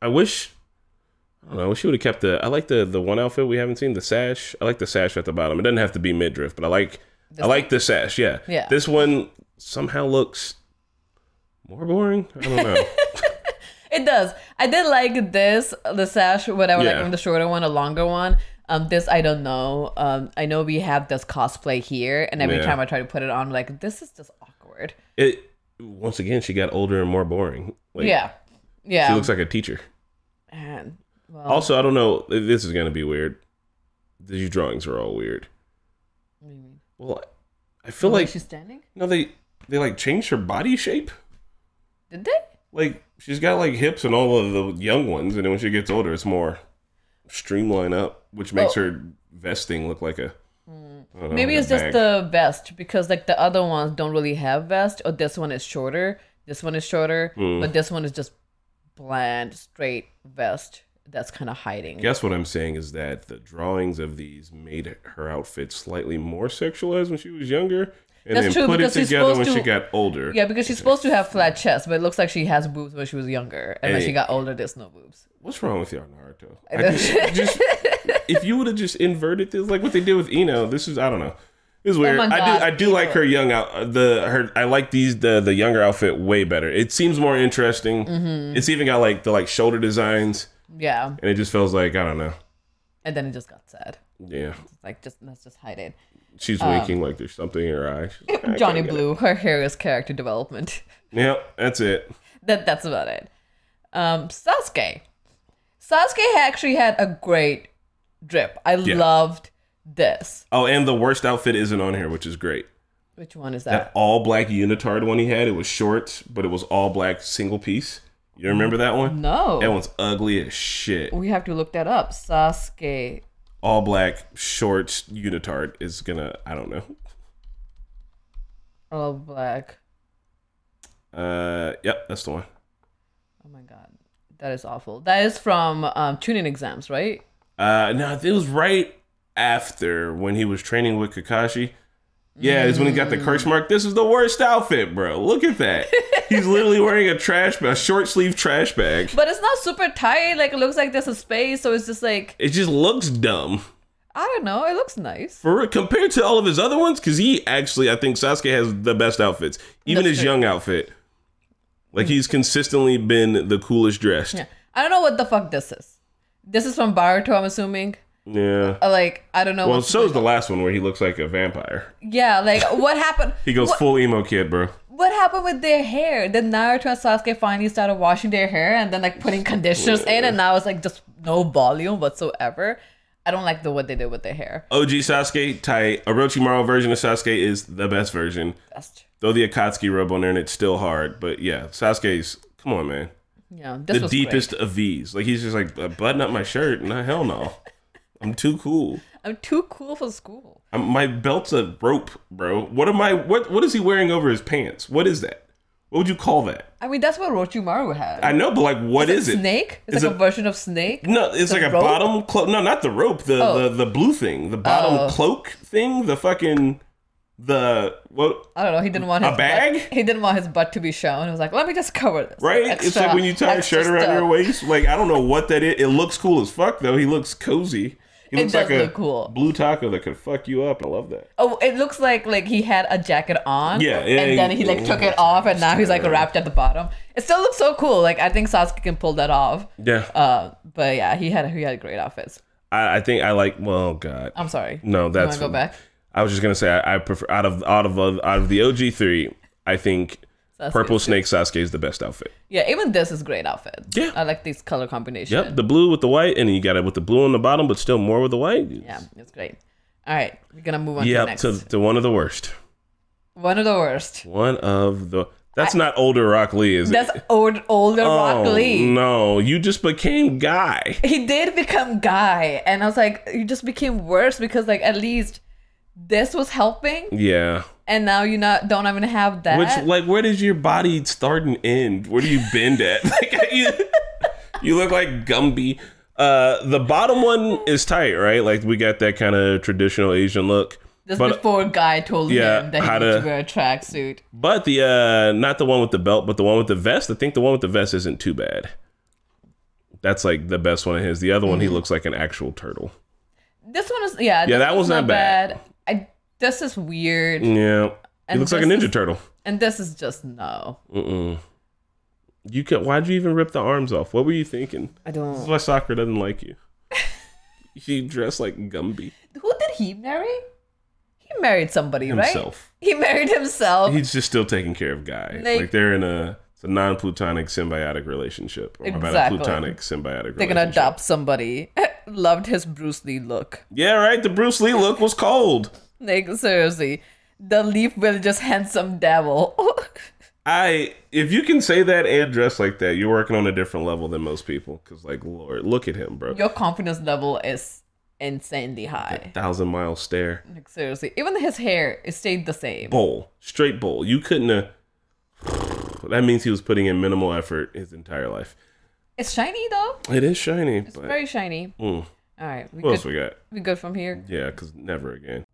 S3: I wish. I don't know. I wish she would have kept the. I like the the one outfit we haven't seen. The sash. I like the sash at the bottom. It doesn't have to be midriff, but I like. I like the sash. Yeah.
S2: Yeah.
S3: This one somehow looks more boring. I don't know.
S2: It does. I did like this, the sash, whatever,
S3: Yeah.
S2: like the shorter one, a longer one. Um, this I don't know. Um, I know we have this cosplay here, and every
S3: Yeah.
S2: time I try to put it on, I'm like this is just awkward.
S3: it once again she got older and more boring like
S2: yeah, yeah.
S3: she looks like a teacher
S2: Man, well,
S3: also i don't know this is gonna be weird these drawings are all weird
S2: what do you mean?
S3: well i feel
S2: Wait,
S3: like
S2: she's standing.
S3: no they they like changed her body shape
S2: Did they?
S3: like she's got like hips and all of the young ones and then when she gets older it's more streamlined up which makes
S2: Oh.
S3: her vesting look like a I don't know,
S2: Maybe
S3: like a
S2: it's just
S3: bag.
S2: the vest because like the other ones don't really have vest, or this one is
S3: Hmm.
S2: shorter. This one is shorter, but this one is just bland, straight vest. that's kind of hiding.
S3: Guess what I'm saying is that the drawings of these made her outfit slightly more sexualized when she was younger, and
S2: That's
S3: then
S2: true,
S3: put it
S2: because she's
S3: together when
S2: supposed
S3: she
S2: to-
S3: got older.
S2: Yeah, because she's supposed to have flat chest, but it looks like she has boobs when she was younger, and when
S3: Hey.
S2: she got older, there's no boobs.
S3: What's wrong with y'all, Naruto? I just, just- if you would have just inverted this, like what they did with Eno, this is I don't know. This is weird.
S2: Oh my
S3: I
S2: God,
S3: do I do like her young out uh, the her I like these the the younger outfit way better. It seems more interesting.
S2: Mm-hmm.
S3: It's even got like the like shoulder designs,
S2: Yeah,
S3: and it just feels like I don't know.
S2: and then it just got sad.
S3: Yeah,
S2: It's like just let's just hide it.
S3: she's winking like there's something in her eye. She's like, "I
S2: Um. Johnny
S3: can't get it."
S2: Blue, her hair is character development.
S3: Yep, that's it.
S2: that that's about it. Um, Sasuke, Sasuke actually had a great drip. I loved this.
S3: Oh, and the worst outfit isn't on here, which is great.
S2: Which one is
S3: That
S2: that?
S3: all black unitard one he had, it was shorts, but it was all black single piece. You remember that one?
S2: no,
S3: That one's ugly as shit.
S2: we have to look that up. Sasuke.
S3: All black shorts unitard is gonna. I don't know.
S2: All black.
S3: Uh, yep, that's the one.
S2: Oh my god, that is awful. That is from um, tuning exams, right?
S3: Uh, no, it was right after when he was training with Kakashi. Yeah, it's when he got the curse mark. This is the worst outfit, bro. Look at that. He's literally wearing a trash, a short sleeve trash bag.
S2: But it's not super tight. Like it looks like there's a space, so it's just like
S3: It just looks dumb.
S2: I don't know. It looks nice.
S3: For real, compared to all of his other ones, because he actually, I think Sasuke has the best outfits, even
S2: That's
S3: his
S2: true. Hmm.
S3: young outfit. Like he's consistently been the coolest dressed.
S2: Yeah. I don't know what the fuck this is. This is from Baruto, I'm assuming.
S3: Yeah.
S2: Uh, Like I don't know.
S3: Well,
S2: what's-
S3: so is the last one where he looks like a vampire.
S2: yeah. Like what happened?
S3: He goes
S2: What,
S3: full emo kid, bro.
S2: what happened with their hair? Then Naruto and Sasuke finally started washing their hair and then like putting conditioners in, and now it's like just no volume whatsoever. I don't like the what they did with their hair.
S3: OG Sasuke, tight. Orochimaru version of Sasuke is the best version.
S2: That's true.
S3: Throw the Akatsuki rub on there and it's still hard. But yeah, Sasuke's, come on, man.
S2: Yeah, this
S3: the
S2: was
S3: deepest of V's. Like he's just like, "Uh, button up my shirt. No, hell no. I'm too cool.
S2: Great. I'm too cool for school.
S3: Um, my belt's a rope, bro. What am I? What What is he wearing over his pants? What is that? What would you call that?
S2: I mean, that's what Rochimaru had.
S3: I know, but like, what is it?
S2: Snake? It's
S3: Is
S2: like
S3: it-
S2: a version of Snake.
S3: No, it's
S2: The
S3: like a
S2: rope?
S3: bottom cloak. No, not the rope. The,
S2: Oh.
S3: the the blue thing. The bottom
S2: Oh.
S3: cloak thing. The fucking the what?
S2: I don't know. He didn't want
S3: A
S2: his
S3: bag?
S2: Butt, he didn't want his butt to be shown. He was like, let me just cover this.
S3: Right? it's like
S2: Extra-
S3: when you tie a
S2: extra
S3: shirt around your
S2: stuff.
S3: waist. Like I don't know what that is. It looks cool as fuck though. He looks cozy. He
S2: It
S3: looks
S2: does
S3: like a
S2: look cool.
S3: blue taco that could fuck you up. I love that.
S2: Oh, it looks like like he had a jacket on.
S3: Yeah, yeah,
S2: and then he like
S3: yeah.
S2: took it off, and now he's like wrapped at the bottom. It still looks so cool. Like I think Sasuke can pull that off.
S3: Yeah,
S2: Uh, but yeah, he had he had great outfits.
S3: I, I think I like. Well, God,
S2: I'm sorry.
S3: no,
S2: You
S3: that's
S2: wanna go back?
S3: I was just gonna say I, I prefer out of out of uh, out of the OG three, I think
S2: Sasuke's
S3: purple
S2: good.
S3: snake Sasuke is the best outfit.
S2: Yeah, even this is great outfit.
S3: Yeah.
S2: I like these color combination.
S3: Yep, the blue with the white, and you got it with the blue on the bottom, but still more with the white.
S2: Yeah, it's great. All right, we're gonna move on to the
S3: yep,
S2: next.
S3: to, to one of the worst.
S2: One of the worst.
S3: One of the. That's not older Rock Lee, is
S2: That's
S3: it?
S2: old, older Rock Lee.
S3: Oh, no, you just became guy.
S2: He did become guy, and I was like, you just became worse because like at least this was helping,
S3: Yeah.
S2: and now you not don't even have that.
S3: Which like where does your body start and end? Where do you bend at? Like you, you look like Gumby. Uh, the bottom one is tight, right? Like we got that kind of traditional Asian look.
S2: This
S3: but
S2: before guy told
S3: yeah,
S2: him that he
S3: how
S2: needs
S3: to-
S2: to wear a tracksuit.
S3: but the uh, not the one with the belt, but the one with the vest. I think the one with the vest isn't too bad. That's like the best one of his. The other one, he
S2: Mm-hmm.
S3: looks like an actual turtle.
S2: This one is yeah.
S3: Yeah,
S2: this
S3: that
S2: one's
S3: was not bad.
S2: I this is weird,
S3: Yeah, he
S2: And
S3: looks like a
S2: this
S3: ninja
S2: is-
S3: turtle.
S2: and this is just no.
S3: Mm-mm. You could. Why'd you even rip the arms off? What were you thinking?
S2: I
S3: This is
S2: don't.
S3: why Sakura doesn't like you. he dressed like Gumby
S2: Who did he marry? He married somebody, right?
S3: himself.
S2: He married himself.
S3: He's just still taking care of Guy. Like,
S2: Like-
S3: they're in a it's a non-plutonic symbiotic relationship. Or about a
S2: Exactly.
S3: plutonic symbiotic
S2: They're gonna
S3: relationship.
S2: adopt somebody. Loved his Bruce Lee look.
S3: Yeah, right. The Bruce Lee look was cold.
S2: Like seriously, the leaf will just handsome devil.
S3: I if you can say that and dress like that, you're working on a different level than most people. Cause like Lord, look at him, bro.
S2: Your confidence level is insanely high.
S3: Thousand mile stare.
S2: Like seriously, even his hair it stayed the same.
S3: bowl, straight bowl. You couldn't have. That means he was putting in minimal effort his entire life.
S2: It's shiny though.
S3: It is shiny,
S2: It's
S3: but
S2: very shiny.
S3: Mm.
S2: All right, we
S3: what else
S2: good.
S3: we got?
S2: We good from here.
S3: Yeah, because never again.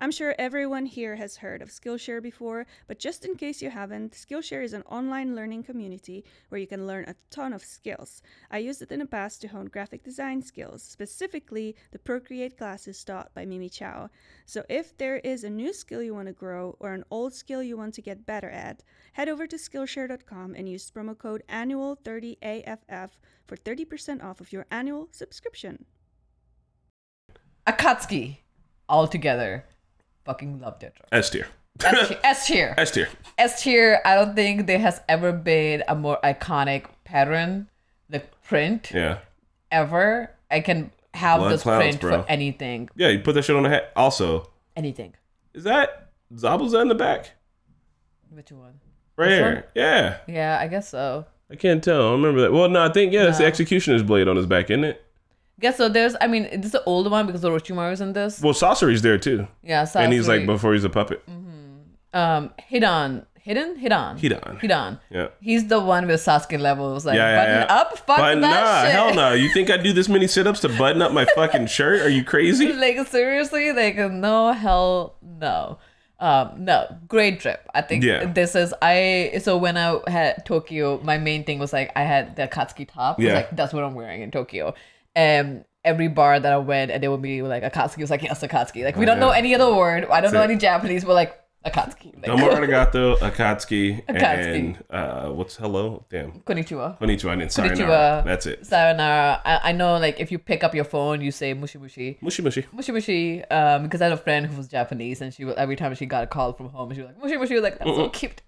S4: I'm sure everyone here has heard of Skillshare before, but just in case you haven't, Skillshare is an online learning community where you can learn a ton of skills. I used it in the past to hone graphic design skills, specifically the Procreate classes taught by Mimi Chow. So if there is a new skill you want to grow or an old skill you want to get better at, head over to Skillshare.com and use promo code annual30AFF for 30% off of your annual subscription.
S2: Akatsuki, all together. Fucking love that drug.
S3: S tier.
S2: S tier- S tier.
S3: S tier.
S2: S tier. I don't think there has ever been a more iconic pattern, the print
S3: Yeah.
S2: ever. I can have
S3: Blood
S2: this
S3: clouds,
S2: print
S3: bro.
S2: for anything,
S3: Yeah, you put that shit on the hat. Also,
S2: anything.
S3: is that Zabuza in the back?
S2: Which one?
S3: Right
S2: This
S3: here.
S2: one?
S3: Yeah.
S2: Yeah, I guess so.
S3: I can't tell. I don't remember that. Well, no, I think, yeah, that's the
S2: No.
S3: executioner's blade on his back, isn't it?
S2: Guess so. There's, I mean, this is the old one because Orochimaru's in this.
S3: Well, Saucery's there too.
S2: Yeah, Sasori.
S3: And he's like, before he's a puppet.
S2: um, Hidan, Hidden, Hidan,
S3: Hidan.
S2: Hidan.
S3: Yeah.
S2: He's the one with Sasuke level. Was like,
S3: Yeah, yeah,
S2: button
S3: yeah.
S2: up, fuck that
S3: but nah,
S2: shit.
S3: hell no. You think I do this many sit ups to button up my fucking shirt? Are you crazy?
S2: like seriously like no hell no um no great trip i think
S3: Yeah.
S2: this is i so when i had tokyo my main thing was like i had the katsuki top I was
S3: Yeah.
S2: like that's what i'm wearing in tokyo and every bar that i went and they would be like akatsuki was like yes akatsuki like we don't know
S3: Oh, yeah.
S2: any other word i don't
S3: That's
S2: know
S3: it.
S2: any japanese but like akatsuki like,
S3: Nomura Nagato, Akatsuki,
S2: Akatsuki.
S3: and uh, what's hello? Damn.
S2: konnichiwa
S3: Konnichiwa and sayonara.
S2: Konnichiwa.
S3: That's it.
S2: sayonara I, I know like if you pick up your phone you say mushi mushi
S3: Mushi mushi.
S2: mushi mushi um because i had a friend who was japanese and she was every time she got a call from home she was like mushi mushi like that's so cute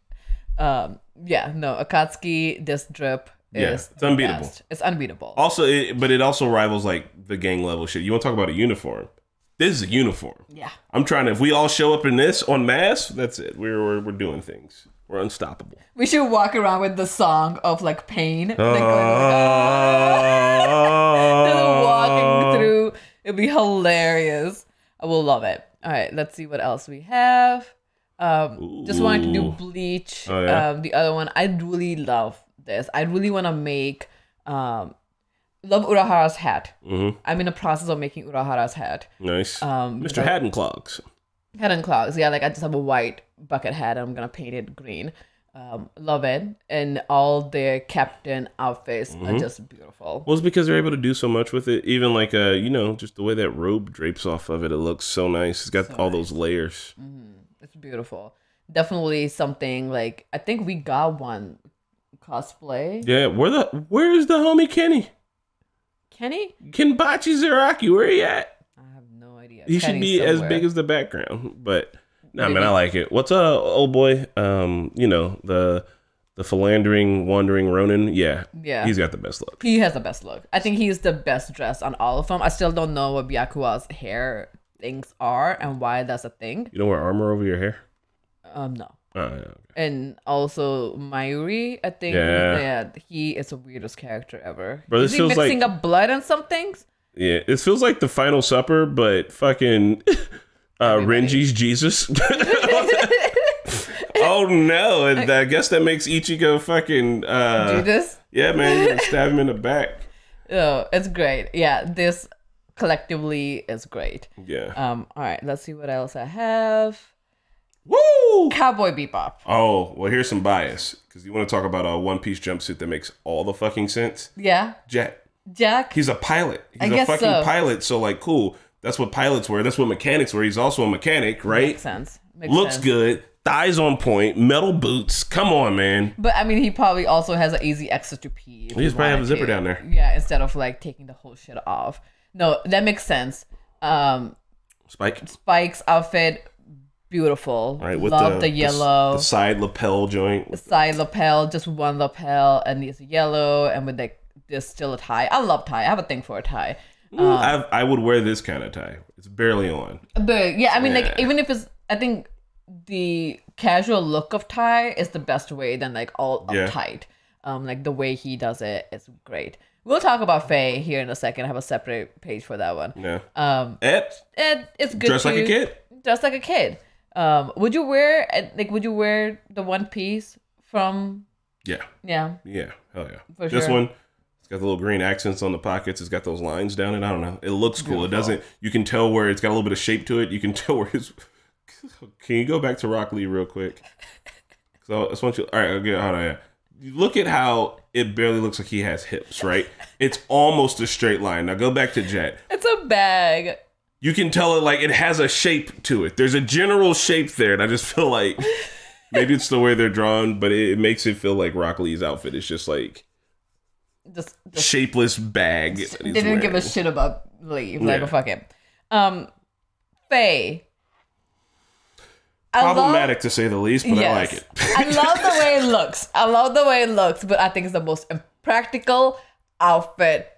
S2: um yeah no akatsuki this drip is
S3: Yeah, it's
S2: the
S3: unbeatable.
S2: best. it's unbeatable
S3: Also, it, but it also rivals like the gang level shit. You want to talk about a uniform? This is a uniform.
S2: yeah
S3: I'm trying to. If we all show up in this on mass, that's it. We're we're, we're doing things. We're unstoppable.
S2: we should walk around with the song of like pain like, going,
S3: Ah.
S2: "Ah." like,
S3: Uh.
S2: walking through it'd be hilarious i will love it all right let's see what else we have um just wanted to do
S3: Ooh.
S2: bleach
S3: Oh, yeah?
S2: um the other one i really love this i really want to make um love urahara's hat
S3: Mhm.
S2: i'm in the process of making urahara's hat
S3: Nice,
S2: Um,
S3: Mr. Haddon clogs.
S2: Head and clouds. Yeah, like I just have a white bucket hat. I'm gonna paint it green. Um, love it, and all their captain outfits
S3: Mm-hmm.
S2: are just beautiful.
S3: Well, it's because they're able to do so much with it. Even like uh, you know, just the way that robe drapes off of it, it looks so nice. It's got all those layers.
S2: Mm-hmm. It's beautiful. Definitely something like I think we got one cosplay.
S3: Yeah, where the where is the homie Kenny?
S2: Kenny?
S3: Kenbachi Zeraki, where he at?
S2: I have no idea.
S3: He should
S2: Kenny's
S3: be as
S2: somewhere.
S3: big as the background, but no, nah,
S2: Maybe.
S3: man, I like it. What's uh, old boy? Um, you know the the philandering, wandering Ronin. Yeah,
S2: Yeah.
S3: he's got the best look.
S2: He has the best look. I think he's the best dressed on all of them. I still don't know what Byakua's hair things are and why that's a thing.
S3: You don't wear armor over your hair.
S2: Um, no.
S3: Oh, yeah, okay.
S2: and also Mayuri. I think
S3: Yeah.
S2: that he is the weirdest character ever.
S3: Bro,
S2: is
S3: this
S2: he
S3: feels like-
S2: mixing up blood and some things?
S3: yeah. It feels like the Final Supper, but fucking uh,
S2: Everybody.
S3: Renji's Jesus. oh no! And I guess that makes Ichigo fucking
S2: Do
S3: uh,
S2: this?
S3: yeah, man, stab him in the back.
S2: Oh, it's great. Yeah, this collectively is great.
S3: Yeah.
S2: Um, all right, let's see what else I have.
S3: Woo!
S2: Cowboy Bebop.
S3: Oh, well, here's some bias because you want to talk about a one piece jumpsuit that makes all the fucking sense.
S2: Yeah,
S3: Jet.
S2: Jack.
S3: He's a pilot. He's
S2: I
S3: a
S2: guess
S3: fucking
S2: so.
S3: pilot. So, like, cool. That's what pilots wear. That's what mechanics wear. He's also a mechanic, right?
S2: makes sense. Makes
S3: Looks
S2: sense.
S3: good. Thighs on point. Metal boots. Come on, man.
S2: But I mean, he probably also has an easy exit to pee. if
S3: He just probably have a
S2: wanted
S3: zipper
S2: to.
S3: down there.
S2: Yeah, instead of like taking the whole shit off. No, that makes sense. Um,
S3: Spike. All
S2: Spike's outfit, beautiful.
S3: right. With
S2: Love the,
S3: the,
S2: yellow
S3: The, side lapel joint.
S2: side lapel, just one lapel, and it's yellow, and with like there's still a tie. I love tie. I have a thing for a tie. uh,
S3: I've, I would wear this kind of tie. It's barely on.
S2: But yeah, I mean, like
S3: Yeah.
S2: even if it's, I think the casual look of tie is the best way than like all
S3: Yeah.
S2: uptight. Um, like the way he does it is great. We'll talk about Faye here in a second. I have a separate page for that one.
S3: Yeah.
S2: Um,
S3: And
S2: and it's good.
S3: dress like a
S2: to-
S3: kid.
S2: dressed like a kid. Um, would you wear uh, like would you wear the one piece from
S3: Yeah.
S2: yeah
S3: Yeah, hell yeah.
S2: For
S3: this
S2: sure.
S3: one, It's got the little green accents on the pockets. It's got those lines down it. I don't know. It looks cool. It
S2: Beautiful.
S3: doesn't. You can tell where it's got a little bit of shape to it. You can tell where it's. Can you go back to Rock Lee real quick? So I just want you. All right, okay, hold on. Yeah. You look at how it barely looks like he has hips, right? It's almost a straight line. Now go back to Jet.
S2: It's a bag.
S3: You can tell it like it has a shape to it. There's a general shape there, and I just feel like maybe it's the way they're drawn, but it, it makes it feel like Rock Lee's outfit is just like
S2: Just, just
S3: shapeless bag. that
S2: they
S3: he's
S2: didn't give a
S3: wearing.
S2: shit about leave. Like
S3: Yeah.
S2: fuck it. Um, Faye. I love-
S3: problematic to say the least, but I like it.
S2: I love the way it looks. I love the way it looks, but I think it's the most impractical outfit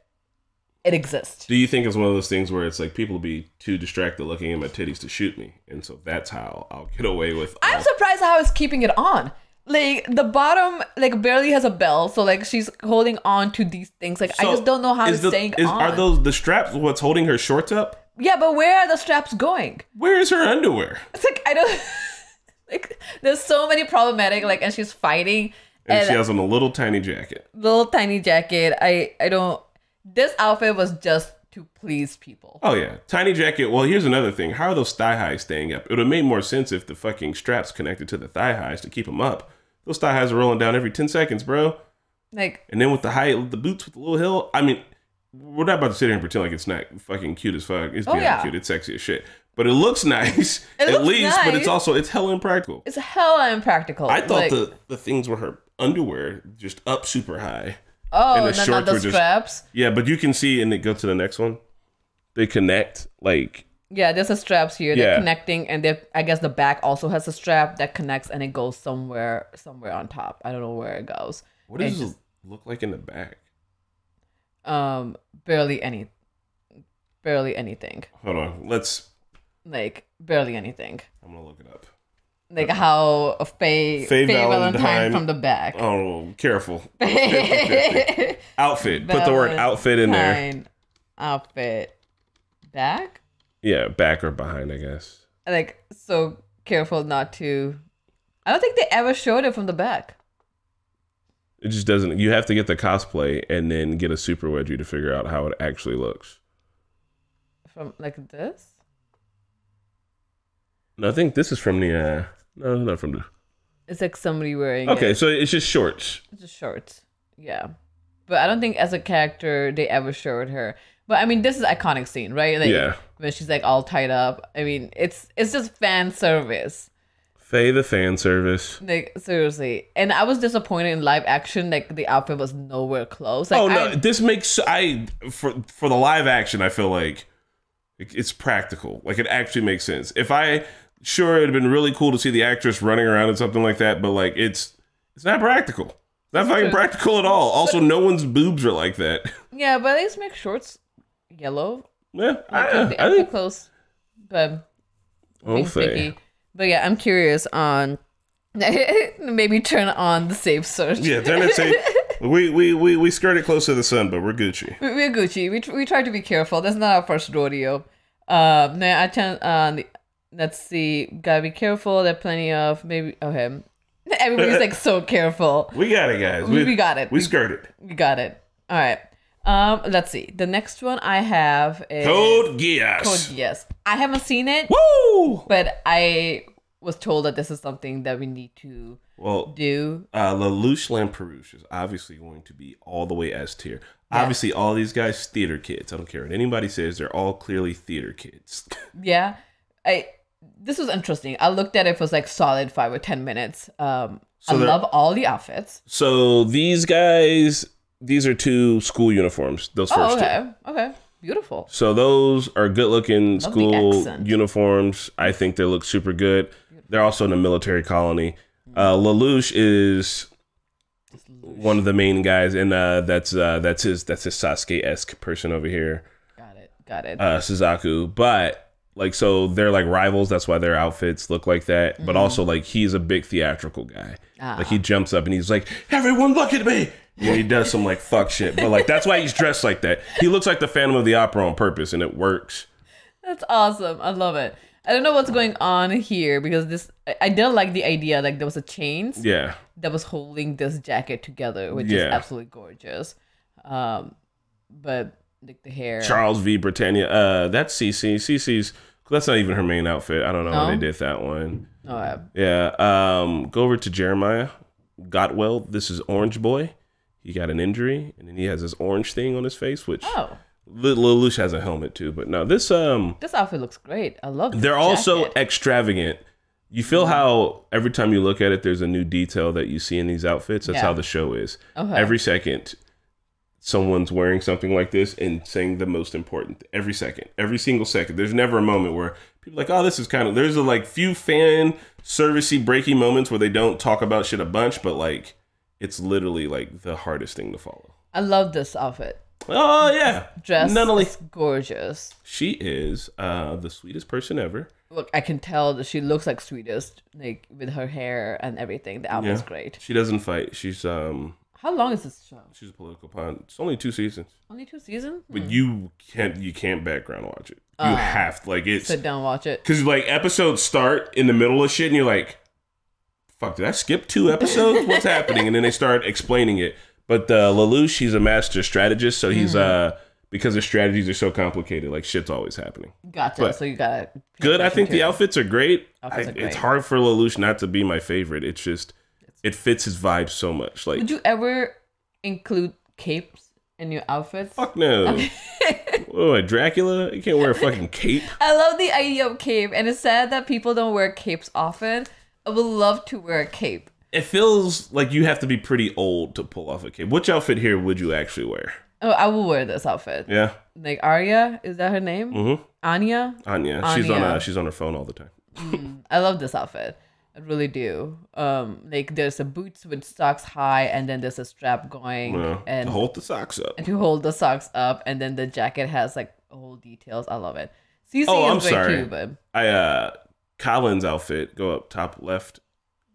S2: it exists.
S3: Do you think it's one of those things where it's like people be too distracted looking at my titties to shoot me, and so that's how I'll get away with?
S2: I'm
S3: all-
S2: surprised how it's keeping it on. Like the bottom, like barely has a bell, so like she's holding on to these things. Like I
S3: So,
S2: just don't know how
S3: is
S2: it's
S3: the-
S2: staying
S3: is-
S2: on.
S3: Are those the straps? What's holding her shorts up?
S2: yeah, but where are the straps going?
S3: Where is her underwear?
S2: It's like I don't. like there's so many problematic. Like and she's fighting
S3: And,
S2: and,
S3: she has on a little tiny jacket.
S2: little tiny jacket. I I don't. This outfit was just to please people.
S3: Oh yeah, tiny jacket. Well, here's another thing. How are those thigh highs staying up? It would have made more sense if the fucking straps connected to the thigh highs to keep them up. Those thigh highs are rolling down every ten seconds, bro.
S2: Like
S3: And then with the height, the boots with the little heel. I mean, we're not about to sit here and pretend like it's not fucking cute as fuck. It's
S2: Oh,
S3: beyond
S2: yeah.
S3: cute. It's sexy as shit. But it looks nice
S2: It
S3: at
S2: looks
S3: least. But
S2: nice.
S3: it's also it's hella impractical.
S2: it's hella impractical.
S3: I thought
S2: Like,
S3: the the things were her underwear just up super high.
S2: oh,
S3: and the
S2: and then
S3: shorts
S2: not the
S3: were just-
S2: straps.
S3: Yeah, but you can see and then go to the next one. They connect like
S2: Yeah, there's a straps here. They're
S3: Yeah.
S2: connecting, and they I guess the back also has a strap that connects, and it goes somewhere somewhere on top. I don't know where it goes.
S3: what does
S2: It
S3: it look like in the back?
S2: Um, barely any, barely anything.
S3: Hold on, let's.
S2: Like barely anything.
S3: I'm gonna look it up.
S2: Like how a Faye,
S3: Faye
S2: Faye, Valentine,
S3: Valentine.
S2: from the back.
S3: Oh, careful. 50-50. outfit. Put the word outfit in there.
S2: Valentine Outfit back.
S3: Yeah, back or behind, I guess.
S2: Like so careful not to. I don't think they ever showed it from the back.
S3: It just doesn't. You have to get the cosplay and then get a super wedgie to figure out how it actually looks.
S2: From like this.
S3: No, I think this is from the. Uh, no, it's not from the.
S2: It's like somebody wearing
S3: Okay,
S2: it.
S3: so it's just shorts.
S2: It's just shorts. Yeah. But I don't think as a character they ever showed her. But I mean this is iconic scene, right? Like
S3: Yeah.
S2: when she's like all tied up. I mean it's it's just fan service.
S3: Faye the fan service.
S2: Like seriously. And I was disappointed in live action, like the outfit was nowhere close. Like
S3: oh no,
S2: I,
S3: this makes I for for the live action. I feel like it- it's practical. Like it actually makes sense. If I sure it'd have been really cool to see the actress running around and something like that, but like it's it's not practical. It's not fucking practical at all. Also, no one's boobs are like that.
S2: yeah, but at least make shorts yellow.
S3: Yeah,
S2: Like,
S3: I,
S2: keep the
S3: I
S2: extra
S3: think.
S2: close. But
S3: Oh,
S2: Thanks,
S3: Faye.
S2: Vicky. But yeah, I'm curious on maybe turn on the safe search.
S3: Yeah, then it's a we we we we skirted close to the sun, but we're Gucci.
S2: We- We're Gucci. We, tr- we try to be careful. That's not our first rodeo. Um, now I turn on. The, let's see. Gotta be careful. There are plenty of maybe. Okay. Everybody's like so careful.
S3: We got it, guys.
S2: We- we got it.
S3: We
S2: We-
S3: skirted.
S2: You got it. All right. Um, let's see. The next one I have is
S3: Code Geass.
S2: Code Yes. I haven't seen it,
S3: Woo!
S2: but I was told that this is something that we need to
S3: Well,
S2: do.
S3: uh, Lelouch Lamperouche is obviously going to be all the way S tier. Obviously, all these guys theater kids. I don't care what anybody says; they're all clearly theater kids.
S2: Yeah. I. This was interesting. I looked at it for like solid five or ten minutes. Um,
S3: So
S2: I
S3: there-
S2: love all the outfits.
S3: so these guys, these are two school uniforms. Those
S2: Oh,
S3: first two.
S2: okay. Okay. Beautiful.
S3: So those are good looking
S2: the
S3: school
S2: accent.
S3: uniforms. I think they look super good. They're also in a military colony. Uh, Lelouch is one of the main guys, and uh, that's uh, that's his that's his Sasuke esque person over here,
S2: Got it. Got it.
S3: uh, Suzaku. But like, so they're like rivals. That's why their outfits look like that. But also, like, he's a big theatrical guy. Like he jumps up and he's like, "Everyone, look at me!" And he does some like fuck shit. But like, that's why he's dressed like that. He looks like the Phantom of the Opera on purpose, and it works.
S2: That's awesome. I love it. I don't know what's going on here because this I, I did like the idea like there was a chains
S3: Yeah.
S2: that was holding this jacket together, which is
S3: Yeah.
S2: absolutely gorgeous. Um, but like the hair.
S3: Charles V. Britannia. Uh, that's CC. CC's. That's not even her main outfit. I don't know
S2: No?
S3: why they did that one.
S2: Oh, yeah.
S3: Yeah. Um, go over to Jeremiah Gotwell. This is Orange Boy. He got an injury, and then he has this orange thing on his face, which
S2: oh,
S3: Lil Lelouch has a helmet too. But no, this um,
S2: this outfit looks great. I love. This
S3: they're also
S2: jacket. Mm-hmm.
S3: extravagant. You feel how every time you look at it, there's a new detail that you see in these outfits. That's
S2: Yeah.
S3: how the show is.
S2: Okay.
S3: Every second, someone's wearing something like this and saying the most important. Every second, every single second. There's never a moment where people are like, oh, this is kind of. There's a like few fan servicey breaky moments where they don't talk about shit a bunch, but like it's literally like the hardest thing to follow.
S2: I love this outfit.
S3: Oh yeah,
S2: Dress.
S3: Not only
S2: is gorgeous.
S3: she is uh, the sweetest person ever.
S2: Look, I can tell that she looks like sweetest, like with her hair and everything. The outfit's great.
S3: She doesn't fight. She's um
S2: How long is this show?
S3: she's a political pawn. It's only two seasons,
S2: Only two seasons.
S3: but you can't you can't background watch it.
S2: Oh.
S3: You have to like it's
S2: Sit down, watch it.
S3: because like episodes start in the middle of shit and you're like, fuck, did I skip two episodes? What's happening? And then they start explaining it. But uh, Lelouch, he's a master strategist, so he's
S2: Mm-hmm.
S3: uh because his strategies are so complicated, like shit's always happening.
S2: Gotcha.
S3: But-
S2: so you got to
S3: good. I think the outfits are great.
S2: Outfits
S3: I-
S2: are great.
S3: It's hard for Lelouch not to be my favorite. It's just it fits his vibe so much. Like
S2: Would you ever include capes in your outfits?
S3: fuck no. oh, a Dracula? You can't wear a fucking cape.
S2: I love the idea of cape, and it's sad that people don't wear capes often. I would love to wear a cape.
S3: It feels like you have to be pretty old to pull off a cape. Which outfit here would you actually wear?
S2: Oh, I will wear this outfit.
S3: Yeah,
S2: Like Arya, is that her name?
S3: Mhm.
S2: Anya.
S3: Anya. She's on. Uh,
S2: Anya.
S3: she's on her phone all the time.
S2: I love this outfit. I really do. Um, like there's a boots with socks high, and then there's a strap going,
S3: Yeah.
S2: and
S3: to hold the socks up.
S2: and to hold the socks up, and then the jacket has like whole details. I love it. CC
S3: Oh,
S2: is
S3: I'm
S2: way
S3: sorry.
S2: cute, but
S3: I uh Colin's outfit go up top left.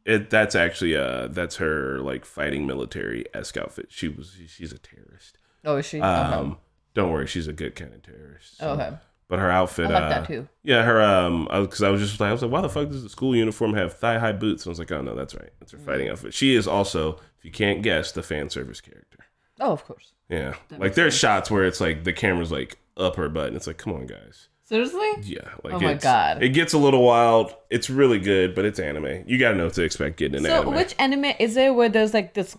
S3: It that's actually uh that's her like fighting military esque outfit. She was she's a terrorist.
S2: oh, is she?
S3: Um, don't worry, she's a good kind of terrorist. so-
S2: okay. okay.
S3: But her outfit,
S2: Oh, I like
S3: uh,
S2: that too.
S3: Yeah, her um, because I, was just like, I was like, why the fuck does the school uniform have thigh high boots? And I was like, oh no, that's right, that's her fighting
S2: Mm.
S3: outfit. She is also, if you can't guess, the fan service character.
S2: Oh, of course.
S3: Yeah,
S2: That
S3: like
S2: makes
S3: there's shots where it's like the camera's like up her butt, and it's like, come on, guys.
S2: Seriously?
S3: Yeah, like
S2: Oh my
S3: it's-
S2: God.
S3: it gets a little wild. It's really good, but it's anime. You gotta know what to expect getting an
S2: so,
S3: anime.
S2: which anime is it where there's like this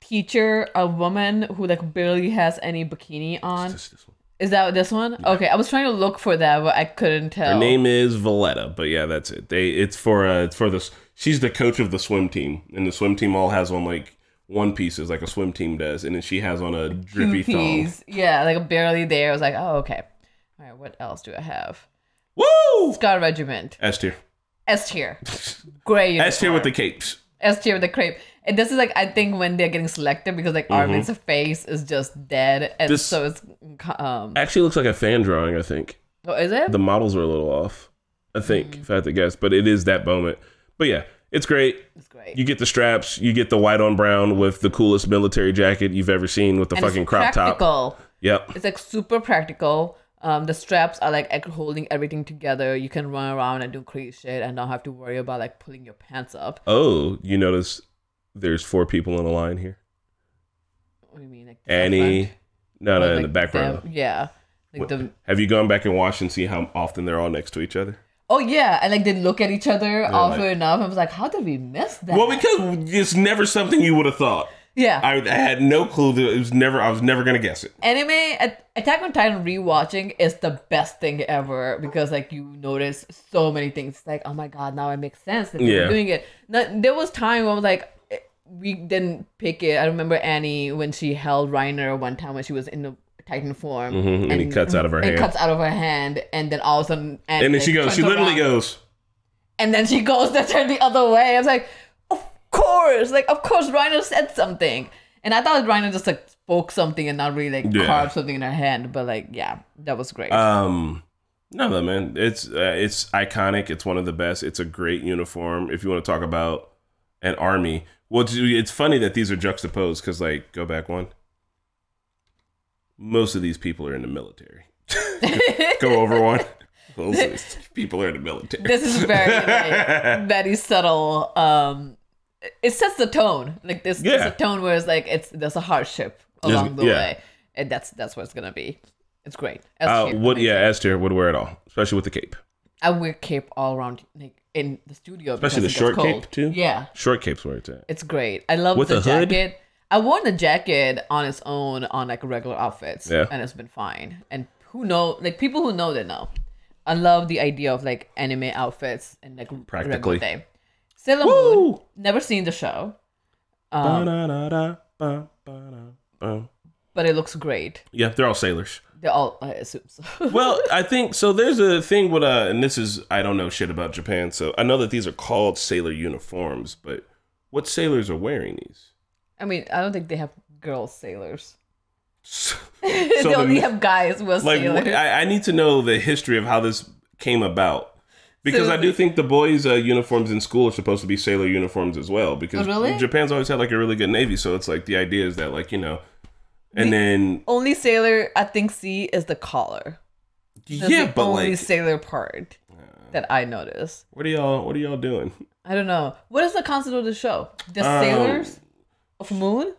S2: teacher, a woman who like barely has any bikini on?
S3: It's this one.
S2: Is that this one? Okay, I was trying to look for that, but I couldn't tell.
S3: Her name is Valletta, but yeah, that's it. They it's for uh it's for this. She's the coach of the swim team, and the swim team all has on like one pieces, like a swim team does, and then she has on a drippy thong.
S2: Cooties. Yeah, like barely there. I was like, oh, okay. All right, what else do I have?
S3: Woo!
S2: Scar Regiment.
S3: S tier,
S2: S tier. Gray uniform.
S3: S tier with the capes.
S2: S tier with the crepe. And this is like, I think when they're getting selected because like Armin's face is just dead. And
S3: Mm-hmm. This-
S2: so it's, um,
S3: Actually, looks like a fan drawing. I think
S2: oh, is it?
S3: the models are a little off. I think
S2: Mm.
S3: if I had to guess, but it is that moment. But yeah, it's great.
S2: it's great.
S3: You get the straps. You get the white on brown with the coolest military jacket you've ever seen with the
S2: And it's
S3: fucking crop top.
S2: practical.
S3: Yep.
S2: It's like super practical. Um, the straps are like ec- holding everything together. You can run around and do crazy shit and not have to worry about like pulling your pants up.
S3: Oh, you notice there's four people in a line here.
S2: What do you mean? Like the
S3: Annie,
S2: front?
S3: no, no,
S2: Or,
S3: in the
S2: like,
S3: background.
S2: yeah. Like the
S3: Have you gone back and watched and see how often they're all next to each other?
S2: Oh yeah, and like they look at each other often
S3: like-
S2: enough. I was like, how did we miss that?
S3: Well, because it's never something you would have thought.
S2: yeah,
S3: I, I had no clue. That it was never. I was never gonna guess it.
S2: anime At- Attack on Titan rewatching is the best thing ever because like you notice so many things. It's like, oh my god, now it makes sense that
S3: Yeah.
S2: they're doing it. Now, there was time when I was like. eh, We didn't pick it. I remember Annie when she held Reiner one time when she was in the Titan form,
S3: Mm-hmm, and he cuts out of her
S2: and
S3: hand.
S2: cuts out of her hand, and then all of a sudden,
S3: And then she goes. She literally
S2: goes.
S3: goes.
S2: and then she goes to turn the other way. I was like, of course, like of course, Reiner said something, and I thought Reiner just like spoke something and not really like
S3: Yeah.
S2: carved something in her hand, but like yeah, that was great.
S3: Um, no, no, man. It's uh, it's iconic. It's one of the best. It's a great uniform. If you want to talk about an army, well, it's- it's funny that these are juxtaposed because, like, go back one. Most of these people are in the military. go over one. Most of these people are in the military.
S2: this is very like, very subtle. Um, it sets the tone. Like this,
S3: Yeah.
S2: there's a tone where it's like it's there's a hardship.
S3: Just-
S2: along the
S3: yeah.
S2: way, and that's that's what it's gonna be. It's great. As
S3: Uh,
S2: here,
S3: would yeah,
S2: amazing.
S3: as tier would wear it all, especially with the cape,
S2: I wear cape all around like, in the studio,
S3: especially the
S2: because it
S3: short
S2: gets
S3: cape
S2: cold.
S3: too.
S2: Yeah,
S3: short capes where it's at.
S2: it's great. I love
S3: With
S2: the
S3: a hood?
S2: jacket. I worn the jacket on its own on like regular outfits,
S3: Yeah.
S2: and it's been fine. And who know, like people who know they know. I love the idea of like anime outfits and like regular
S3: Practically.
S2: thing. Sailor Moon.
S3: Woo!
S2: Never seen the show, um,
S3: Ba-da-da-da, ba, ba-da-ba.
S2: but it looks great.
S3: Yeah, they're all sailors.
S2: They're all uh, I assume so.
S3: well, I think so. There's a thing with uh, and this is I don't know shit about Japan, so I know that these are called sailor uniforms, but what sailors are wearing these?
S2: I mean, I don't think they have girl sailors.
S3: So,
S2: they
S3: the-
S2: only have guys who are
S3: like
S2: sailors.
S3: wh- I, I need to know the history of how this came about because
S2: So-
S3: I do think the boys' uh, uniforms in school are supposed to be sailor uniforms as well. Because
S2: Oh, really?
S3: Japan's always had like a really good navy, so it's like the idea is that like you know, and then
S2: only sailor I think C is the collar. That's
S3: yeah,
S2: the
S3: but
S2: only
S3: like
S2: sailor part that I notice.
S3: what are y'all what are y'all doing?
S2: I don't know. What is the concept of the show? The
S3: Um,
S2: sailors of moon?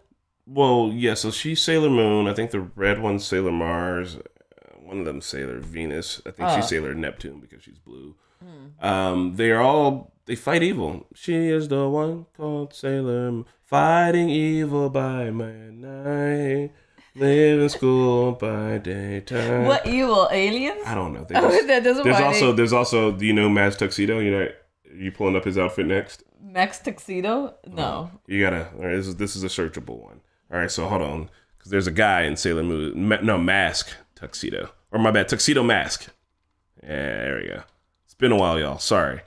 S3: Well, yeah. So she's Sailor Moon. I think the red one's Sailor Mars. Uh, One of them Sailor Venus. I think
S2: Oh.
S3: she's Sailor Neptune because she's blue.
S2: Hmm.
S3: Um, they are all they fight evil. She is the one called Sailor Moon, fighting evil by my night, living school by daytime.
S2: What evil aliens?
S3: I don't know. They
S2: Oh,
S3: just-
S2: that doesn't
S3: there's
S2: why
S3: also
S2: they-
S3: there's also do you know Maz Tuxedo? You know you pulling up his outfit next.
S2: Max
S3: uh,
S2: tuxedo? No.
S3: You gotta. All right, this is this is a searchable one. All right, so hold on, because there's a guy in Sailor Moon. Ma- no mask tuxedo, or my bad, tuxedo mask. Yeah, there we go. It's been a while, y'all. Sorry.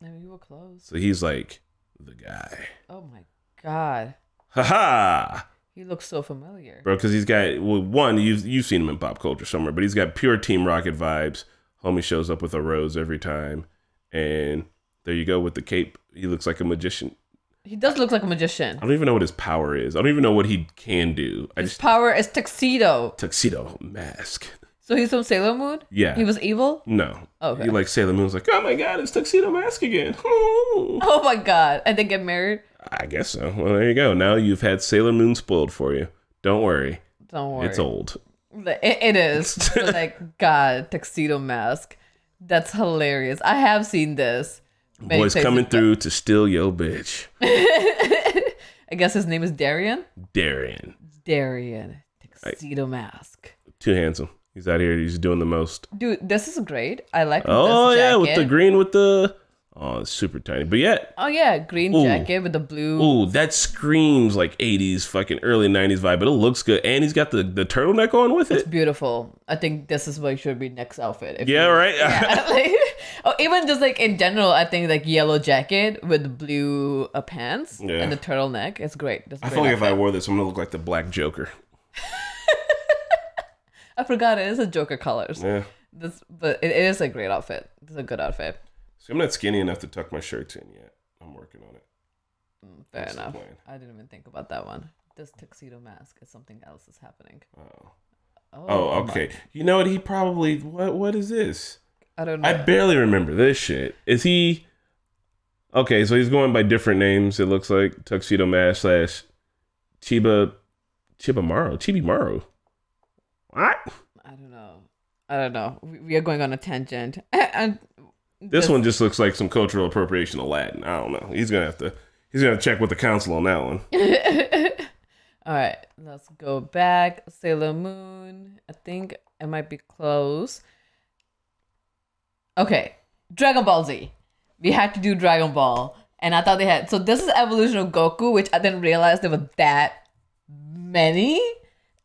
S2: No, you were close.
S3: So he's like the guy.
S2: Oh my god.
S3: Ha ha,
S2: He looks so familiar.
S3: bro. Because he's got well, one. You've you've seen him in pop culture somewhere, but he's got pure Team Rocket vibes. Homie shows up with a rose every time, and there you go with the cape. He looks like a magician.
S2: He does look like a magician.
S3: I don't even know what his power is. I don't even know what he can do. I
S2: His
S3: just
S2: power is tuxedo.
S3: tuxedo mask.
S2: So he's from Sailor Moon?
S3: Yeah.
S2: He was evil?
S3: No.
S2: Okay.
S3: He like Sailor Moon's like, oh my god, it's Tuxedo Mask again.
S2: Oh my god. And they get married?
S3: I guess so. Well, there you go. Now you've had Sailor Moon spoiled for you. Don't worry,
S2: Don't worry.
S3: it's old.
S2: Like, It, it is. But, like, God, tuxedo mask. That's hilarious. I have seen this. many
S3: Boys
S2: places,
S3: coming
S2: but
S3: through to steal yo bitch,
S2: I guess his name is Darian.
S3: Darian.
S2: Darian, tuxedo mask.
S3: Too handsome. He's out here. He's doing the most.
S2: Dude, this is great. I like
S3: Oh
S2: this
S3: yeah, with the
S2: jacket.
S3: green with the. Oh, it's super tiny. But yet,
S2: Oh yeah, green
S3: Ooh.
S2: jacket with the blue.
S3: ooh, that screams like '80s, fucking early '90s vibe. But it looks good, and he's got the the turtleneck on with
S2: It's
S3: it.
S2: beautiful. I think this is what should be next outfit. if
S3: Yeah,
S2: you-
S3: right.
S2: Yeah, like, or even just like in general, I think like yellow jacket with blue uh, pants
S3: Yeah.
S2: and the turtleneck. It's great. That's
S3: I
S2: great
S3: feel like if
S2: outfit.
S3: I wore this, I'm gonna look like the Black Joker.
S2: I forgot it is a Joker colors.
S3: Yeah.
S2: This, but it, it is a great outfit. It's a good outfit.
S3: See, I'm not skinny enough to tuck my shirts in yet. I'm working on it.
S2: Fair
S3: That's the
S2: enough.
S3: plan.
S2: I didn't even think about that one. This tuxedo mask is something else is happening.
S3: Oh,
S2: Oh,
S3: oh
S2: my-
S3: okay. You know what? He probably what? What is this?
S2: I don't know.
S3: I barely remember this shit. Is he? Okay, so he's going by different names. It looks like Tuxedo Mask slash Chiba Chibamaro. Chibimaro. What?
S2: I don't know. I don't know. We, we are going on a tangent. and
S3: This one just looks like some cultural appropriation of Latin. I don't know. He's gonna have to. He's gonna check with the council on that one.
S2: All right, let's go back. Sailor Moon. I think it might be close. Okay, Dragon Ball Z. We had to do Dragon Ball, and I thought they had. So this is evolution of Goku, which I didn't realize there were that many.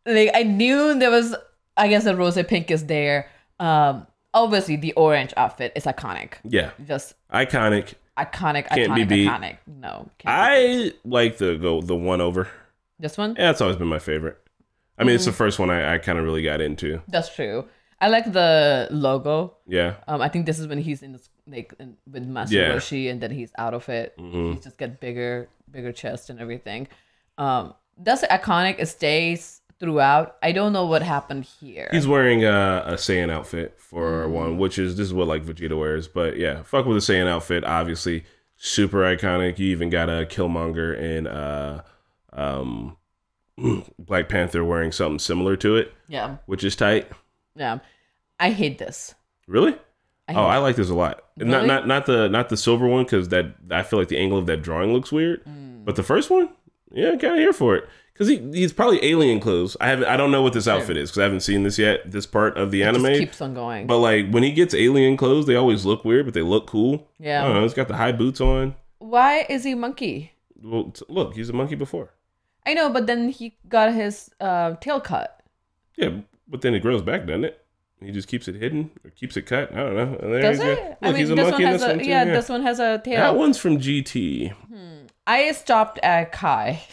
S2: Like I knew there was. I guess the rose pink is there. Um, obviously the orange outfit is iconic.
S3: Yeah,
S2: Just
S3: iconic.
S2: iconic,
S3: Can't be
S2: iconic,
S3: beat.
S2: iconic. No, can't be beat.
S3: I like the go the one over.
S2: this one.
S3: Yeah, that's always been my favorite. I mean, it's the first one I, I kind of really got into.
S2: That's true. I like the logo.
S3: Yeah.
S2: Um, I think this is when he's in this, like in, with Master
S3: Yeah. Mm-hmm.
S2: Roshi, and then he's out of it. He's just got bigger, bigger chest and everything. Um, that's iconic. It stays throughout. I don't know what happened here.
S3: He's wearing a, a Saiyan outfit for one, which is this is what like Vegeta wears. But yeah, fuck with the Saiyan outfit, obviously. Super iconic. You even got a Killmonger and uh um Black Panther wearing something similar to it,
S2: Yeah,
S3: which is tight.
S2: yeah. I hate this.
S3: Really?
S2: I hate
S3: oh, I like this a lot. Not
S2: Really?
S3: not not the not the silver one because that I feel like the angle of that drawing looks weird.
S2: Mm.
S3: But the first one, yeah, kind of here for it because he, he's probably alien clothes. I have I don't know what this outfit is because I haven't seen this yet. This part of the
S2: it
S3: anime.
S2: just keeps on going.
S3: But like when he gets alien clothes, they always look weird, but they look cool.
S2: Yeah.
S3: I don't know. He's got the high boots on.
S2: Why is he monkey?
S3: Well, t- look, he's a monkey before.
S2: I know, but then he got his uh, tail cut.
S3: Yeah, but then it grows back, doesn't it? He just keeps it hidden or keeps it cut. I don't know. And there
S2: Does
S3: he's
S2: it?
S3: a-
S2: I
S3: look,
S2: mean,
S3: he's a
S2: this one
S3: monkey in
S2: has
S3: this
S2: a
S3: one too,
S2: yeah, This one has a tail.
S3: That one's from GT.
S2: I stopped at Kai.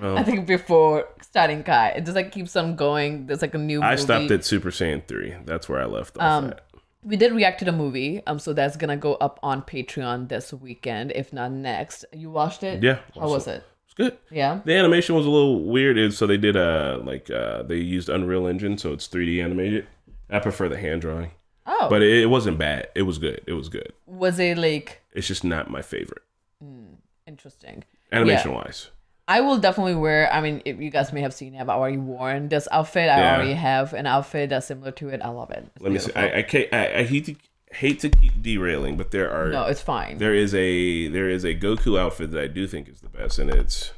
S3: Well,
S2: I think before starting Kai, it just like keeps on going. There's like a new.
S3: I
S2: movie.
S3: stopped at Super Saiyan 3. That's where I left off
S2: Um,
S3: at.
S2: we did react to the movie um so that's gonna go up on patreon this weekend if not next you watched it
S3: Yeah,
S2: how was it
S3: It's good.
S2: yeah
S3: The animation was a little weird, and so they did uh like uh they used Unreal Engine, so it's 3D animated. I prefer the hand drawing,
S2: oh
S3: but it, it wasn't bad. It was good. It was good.
S2: was it like
S3: It's just not my favorite
S2: interesting
S3: animation wise.
S2: i will definitely wear i mean if you guys may have seen it i've already worn this outfit i
S3: Yeah.
S2: already have an outfit that's similar to it i love it It's
S3: Let me see.
S2: beautiful.
S3: I I, can't, I I hate to hate to keep derailing, but there are
S2: no it's fine
S3: there is a there is a Goku outfit that I do think is the best, and it's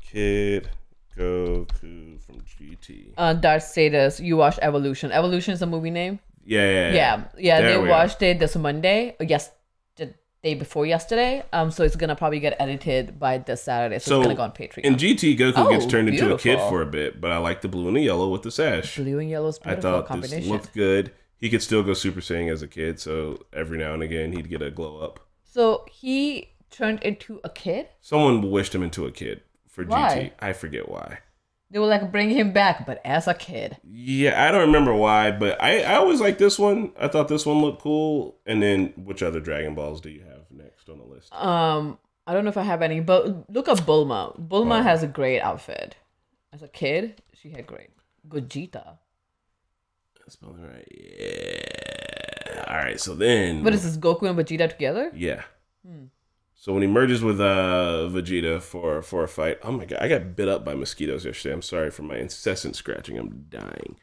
S3: Kid Goku from GT.
S2: uh darth status you watched evolution evolution is a movie name
S3: Yeah,
S2: yeah yeah
S3: There
S2: they
S3: we are.
S2: watched it this monday yes the day before yesterday um so it's gonna probably get edited by this saturday so,
S3: So,
S2: it's gonna go on patreon
S3: In GT, Goku
S2: Oh,
S3: gets turned into a kid
S2: beautiful.
S3: for a bit, but I like the blue and the yellow with the sash.
S2: Blue and yellow's
S3: I
S2: beautiful
S3: thought this
S2: combination.
S3: looked good. He could still go Super Saiyan as a kid, so every now and again he'd get a glow up.
S2: so he turned into a kid.
S3: Someone wished him into a kid for
S2: Why?
S3: GT. I forget why.
S2: They were like, bring him back, but as a kid.
S3: Yeah, I don't remember why, but I, I always like this one. I thought this one looked cool. And then, which other Dragon Balls do you have next on the list?
S2: Um, I don't know if I have any, but look at Bulma. Bulma
S3: Wow.
S2: has a great outfit. As a kid, she had great. Gogeta.
S3: That's spelling right. Yeah. All right. So then,
S2: What is this? Goku and Vegeta together?
S3: Yeah.
S2: Hmm.
S3: So when he merges with uh, Vegeta for for a fight, oh my god, I got bit up by mosquitoes yesterday. I'm sorry for my incessant scratching. I'm dying,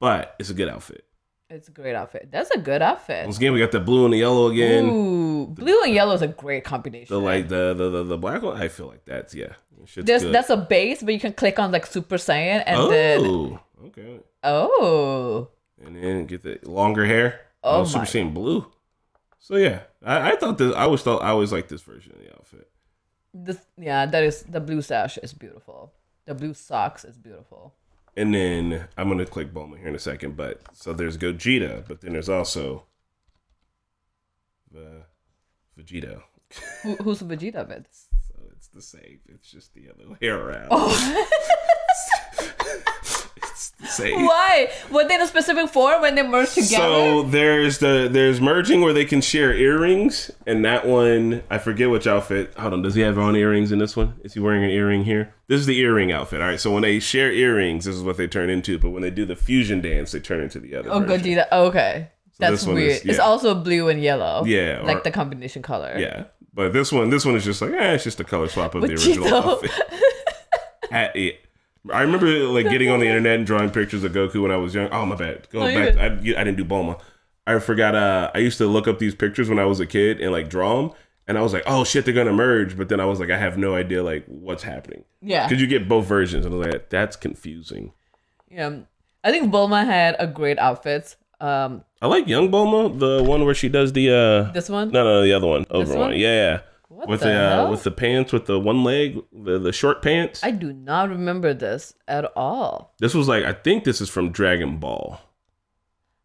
S3: but it's a good outfit.
S2: It's a great outfit. That's a good outfit.
S3: Once again, we got the blue and the yellow again.
S2: Ooh, blue and yellow is a great combination.
S3: The like the, the the the black one. I feel like that's yeah. Shit's
S2: There's,
S3: good.
S2: that's a base, but you can click on like Super Saiyan and
S3: oh
S2: then
S3: okay.
S2: oh
S3: And then get the longer hair.
S2: Oh
S3: Oh, Super
S2: my.
S3: Saiyan blue. So yeah, I, I thought this. I always thought I always liked this version of the outfit.
S2: This, yeah, that is the blue sash is beautiful. The blue socks is beautiful.
S3: And then I'm gonna click Bulma here in a second, but so there's Gogeta, but then there's also the Vegito.
S2: Who, who's Vegeta with?
S3: So it's the same. It's just the other way around.
S2: Oh.
S3: it's the same.
S2: Why? Were they in a specific form when they merged together?
S3: So there's the there's merging where they can share earrings, and that one I forget which outfit. Hold on, does he have on earrings in this one? Is he wearing an earring here? This is the earring outfit. All right, so when they share earrings, this is what they turn into. But when they do the fusion dance, they turn into the other.
S2: oh,
S3: version.
S2: Gogeta. Okay. That's
S3: this one
S2: weird.
S3: is-
S2: It's
S3: yeah.
S2: also blue and yellow.
S3: Yeah,
S2: Like
S3: or-
S2: the combination color.
S3: Yeah, but this one, this one is just like, eh, it's just a color swap of the original
S2: Vegito.
S3: outfit. I, yeah. I remember like getting on the internet and drawing pictures of Goku when I was young. Oh my bad, going
S2: No, you're
S3: back, I, I didn't do Bulma. I forgot. Uh, I used to look up these pictures when I was a kid and like draw them, and I was like, oh shit, they're gonna merge. But then I was like, I have no idea like what's happening.
S2: Yeah.
S3: Because you get both versions, and I was like, that's confusing.
S2: Yeah. I think Bulma had a great outfit. Um,
S3: I like Young Bulma, the one where she does the uh,
S2: this one.
S3: No, no, the other one, over
S2: one?
S3: one. Yeah, yeah.
S2: What
S3: with
S2: the
S3: the,
S2: hell?
S3: uh, with the pants, with the one leg, the, the short pants.
S2: I do not remember this at all.
S3: this was like I think this is from Dragon Ball.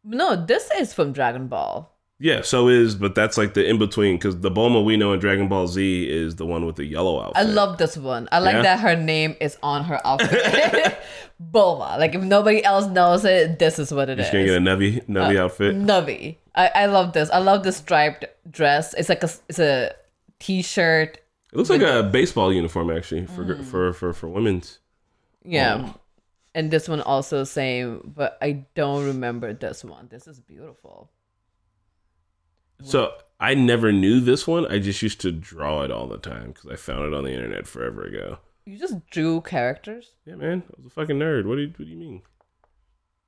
S2: No, this is from Dragon Ball.
S3: Yeah, so is but that's like the in between because the Bulma we know in Dragon Ball Z is the one with the yellow outfit.
S2: I love this one. I like
S3: Yeah?
S2: that her name is on her outfit. Bulma. Like if nobody else knows it, this mm, is what it
S3: You're
S2: is. Uh,
S3: just gonna get a Nubby Nubby outfit.
S2: Nubby. I, I love this. I love the striped dress. It's like a it's a t-shirt.
S3: It looks like a baseball uniform actually for
S2: Mm.
S3: for, for for women's.
S2: Yeah.
S3: Mm.
S2: And this one also same, but I don't remember this one. This is beautiful.
S3: So I never knew this one. I just used to draw it all the time because I found it on the internet forever ago.
S2: You just drew characters.
S3: Yeah, man. I was a fucking nerd. What do you, what do you mean?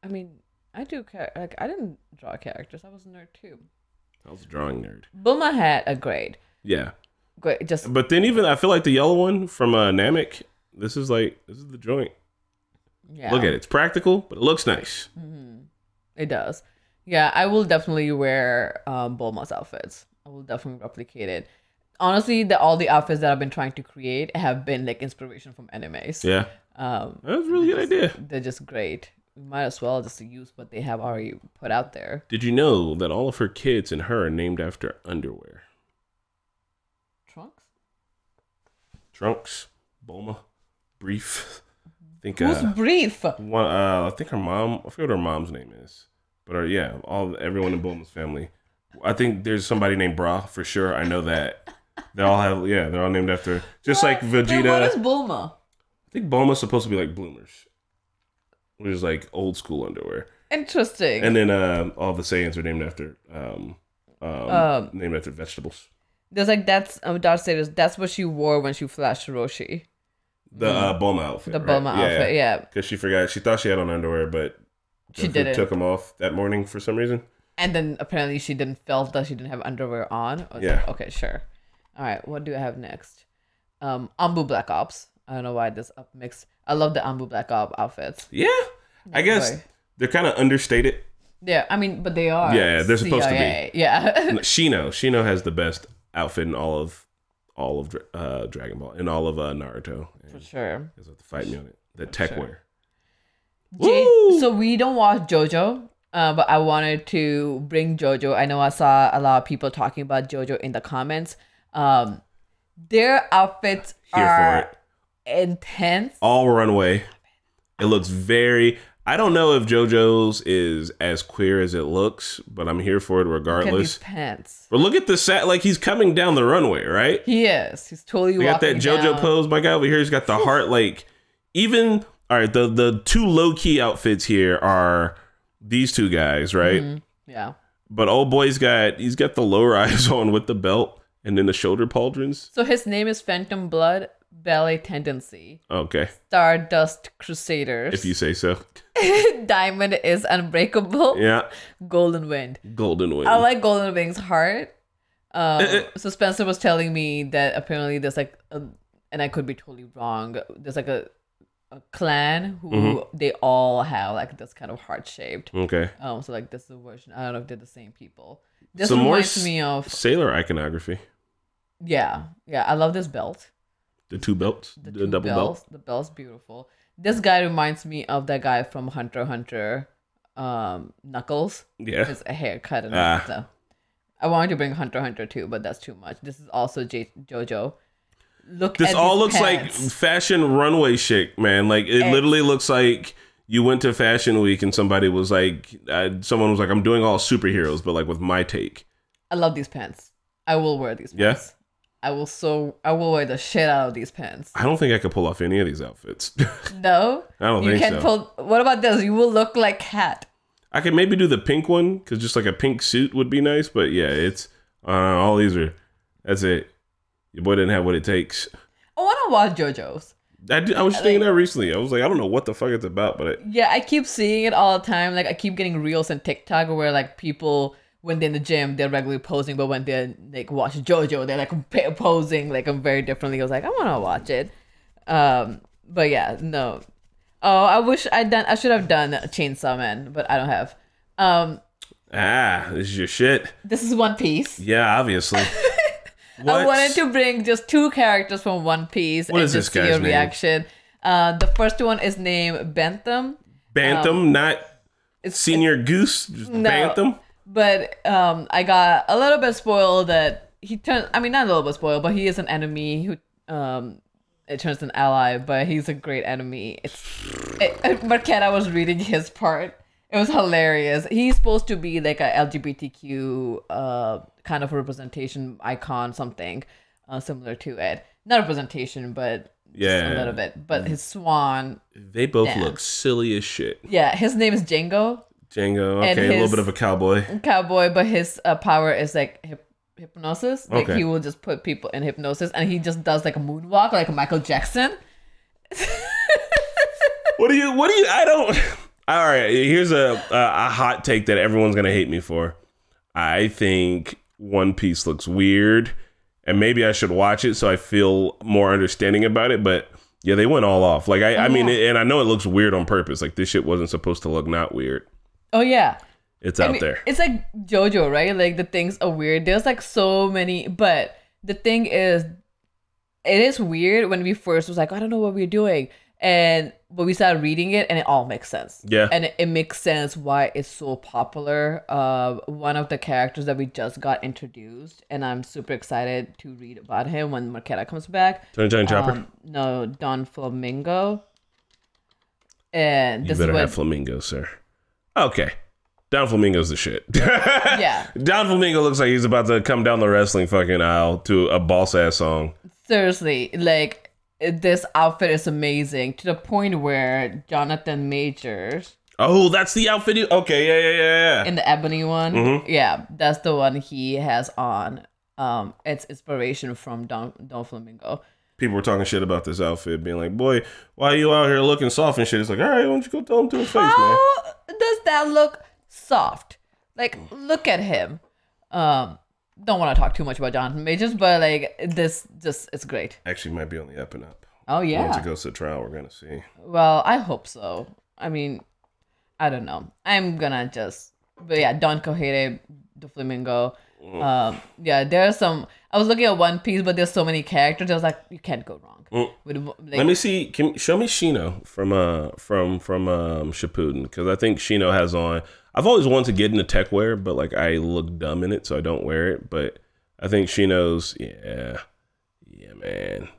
S2: I mean, I do char- like I didn't draw characters. I was a nerd too.
S3: I was a drawing nerd.
S2: Bulma had a grade.
S3: Yeah.
S2: Great, just
S3: But then even I feel like the yellow one from uh, Namek. This is like this is the joint.
S2: yeah.
S3: Look at it. It's practical, but it looks nice.
S2: It does. Yeah, I will definitely wear um, Bulma's outfits. I will definitely replicate it. Honestly, the, all the outfits that I've been trying to create have been like inspiration from animes.
S3: Yeah.
S2: Um,
S3: That was a really good idea.
S2: they're just great. We might as well just use what they have already put out there.
S3: Did you know that all of her kids and her are named after underwear?
S2: Trunks?
S3: Trunks, Bulma, Brief. I think
S2: Who's
S3: uh,
S2: brief?
S3: one, uh, I think her mom. I forget what her mom's name is, but her, yeah, all everyone in Bulma's family. I think there's somebody named Bra for sure. I know that. They all have yeah. They're all named after just like
S2: Wait,
S3: Vegeta.
S2: what is Bulma?
S3: I think Bulma's supposed to be like bloomers, which is like old school underwear.
S2: Interesting.
S3: And then uh, all the Saiyans are named after um, um,
S2: Um,
S3: named after vegetables.
S2: There's like that's um, Darth Sidious. That's what she wore when she flashed Roshi.
S3: The uh, Bulma outfit.
S2: mm-hmm. The
S3: right?
S2: Bulma outfit. Yeah,
S3: Because she forgot. She thought she had on underwear, but
S2: she
S3: Goku
S2: did it.
S3: Took them off that morning for some reason.
S2: And then apparently she didn't felt that she didn't have underwear on. I was
S3: Yeah.
S2: like, okay, sure. All right, what do I have next? Um, Ambu Black Ops. I don't know why this up mixed. I love the Ambu Black Op outfits.
S3: Yeah, I guess
S2: boy.
S3: they're kind of understated.
S2: Yeah, I mean, but they are.
S3: Yeah, they're supposed to be.
S2: be. Yeah.
S3: Shino, Shino has the best outfit in all of all of Dra- uh, Dragon Ball and all of uh, Naruto.
S2: For
S3: And
S2: sure.
S3: you guys have to fight me on it. The tech
S2: sure.
S3: wear.
S2: Jay-
S3: Woo!
S2: so we don't watch JoJo, uh, but I wanted to bring JoJo. I know I saw a lot of people talking about JoJo in the comments. Um, their outfits
S3: Here for it.
S2: are intense.
S3: all runway. It looks very. I don't know if JoJo's is as queer as it looks, but I'm here for it
S2: Look at these
S3: regardless.
S2: pants.
S3: But look at the set. Like he's coming down the runway, right?
S2: He is. He's totally
S3: We got that
S2: walking
S3: JoJo
S2: down.
S3: pose. My guy over here, he's got the heart. Like even all right, the the two low key outfits here are these two guys, right?
S2: Mm-hmm. Yeah.
S3: But old boy's got he's got the low rise on with the belt and then the shoulder pauldrons.
S2: So his name is Phantom Blood Ballet Tendency.
S3: Okay,
S2: Stardust Crusaders.
S3: if you say so.
S2: Diamond is Unbreakable.
S3: Yeah,
S2: Golden Wind.
S3: golden wing.
S2: I like Golden Wing's heart. Um,
S3: Eh,
S2: so Spencer was telling me that apparently there's like, a, and I could be totally wrong. There's like a, a clan who
S3: Mm-hmm.
S2: they all have like this kind of heart shaped.
S3: okay,
S2: Um, so like this is a version. I don't know if they're the same people. This
S3: Some more
S2: reminds
S3: s-
S2: me of
S3: sailor iconography.
S2: yeah, yeah. I love this belt.
S3: The two belts,
S2: the,
S3: the,
S2: two
S3: double
S2: bells.
S3: belt.
S2: The bell's beautiful. This guy reminds me of that guy from Hunter x Hunter, um, Knuckles.
S3: Yeah.
S2: His haircut and
S3: Ah.
S2: stuff. I wanted to bring Hunter x Hunter too, but that's too much. This is also J- JoJo. Look,
S3: This
S2: at
S3: all
S2: these
S3: looks like
S2: pants.
S3: fashion runway shit, man. Like it
S2: Eh.
S3: literally looks like you went to Fashion Week and somebody was like, uh, someone was like, I'm doing all superheroes, but like with my take.
S2: I love these pants. I will wear these
S3: Yeah.
S2: pants. I will so I will wear the shit out of these pants.
S3: I don't think I could pull off any of these outfits.
S2: No,
S3: I don't
S2: you
S3: think
S2: can't
S3: so.
S2: pull. What about this? You will look like cat.
S3: I could maybe do the pink one because just like a pink suit would be nice, but yeah, it's uh, all these are. That's it. Your boy didn't have what it takes.
S2: I want to watch JoJo's.
S3: I, did- I was just thinking that recently. I was like, I don't know what the fuck it's about, but I,
S2: Yeah, I keep seeing it all the time. Like I keep getting reels and TikTok where like people when they're in the gym they're regularly posing, but when they like watch JoJo they're like p- posing like very differently. I was like, I want to watch it. Um, but yeah, no. Oh, I wish I done. I should have done Chainsaw Man, but I don't have. Um,
S3: ah, this is your shit.
S2: this is One Piece.
S3: Yeah, obviously.
S2: I wanted to bring just two characters from One Piece
S3: What
S2: and
S3: is
S2: just
S3: this
S2: see your
S3: guy's name?
S2: reaction. Uh, the first one is named Bentham.
S3: Bantam,
S2: um,
S3: not Senior Goose, just Bantam.
S2: but um, I got a little bit spoiled that he turns. I mean, not a little bit spoiled, but he is an enemy who um, it turns an ally. But he's a great enemy. It's it, it- Marquette. I was reading his part. It was hilarious. He's supposed to be like a LGBTQ uh, kind of representation icon, something uh, similar to it. Not representation, but just a
S3: Yeah.
S2: little bit. But his swan,
S3: They both
S2: Yeah.
S3: look silly as shit.
S2: yeah, his name is Django.
S3: Django, okay,
S2: And
S3: a little
S2: his-
S3: bit of a cowboy.
S2: cowboy, but his uh, power is like hip- hypnosis. Like
S3: Okay.
S2: he will just put people in hypnosis, and he just does like a moonwalk, like Michael Jackson.
S3: What do you? What do you? I don't. All right. Here's a a, a hot take that everyone's gonna hate me for. I think One Piece looks weird, and maybe I should watch it so I feel more understanding about it. But yeah, they went all off. Like I, I mean, and I know it looks weird on purpose. Like this shit wasn't supposed to look not weird.
S2: Oh yeah.
S3: It's
S2: I
S3: out
S2: mean,
S3: there.
S2: It's like JoJo, right? Like the things are weird. There's like so many, but the thing is, it is weird when we first was like, "Oh, I don't know what we're doing, and but we started reading it, and it all makes sense.
S3: Yeah.
S2: and it, it makes sense why it's so popular. Uh, one of the characters that we just got introduced, and I'm super excited to read about him when Marquetta comes back.
S3: Tony Tony Chopper.
S2: Um, no, Don Flamingo. And
S3: you
S2: this is
S3: better
S2: what,
S3: have flamingos, sir. Okay. Don Flamingo's the shit.
S2: yeah,
S3: Don Flamingo looks like he's about to come down the wrestling fucking aisle to a boss ass song.
S2: seriously, like it- this outfit is amazing to the point where Jonathan Majors
S3: Oh, that's the outfit. He- okay, yeah, yeah, yeah, yeah.
S2: in the ebony one, yeah, that's the one he has on. Um, it's inspiration from Don Don Flamingo.
S3: People were talking shit about this outfit, being like, "Boy, why are you out here looking soft and shit?" It's like, "All right, why don't you go tell him to his face, man?"
S2: How does that look soft? Like, look at him. Um, don't want to talk too much about Jonathan Majors, but like this, just it's great.
S3: Actually, might be on the up and up.
S2: Oh yeah.
S3: Once it goes to trial, we're gonna see.
S2: Well, I hope so. I mean, I don't know. I'm gonna just, but yeah, Don Cohete, the Flamingo. Um, yeah, there are some. I was looking at One Piece, but there's so many characters. I was like, you can't go wrong.
S3: Mm.
S2: With like,
S3: Let me see. Can show me Shino from uh from from um Shippuden because I think Shino has on. I've always wanted to get into tech wear, but like I look dumb in it, so I don't wear it. But I think Shino's yeah, yeah, man.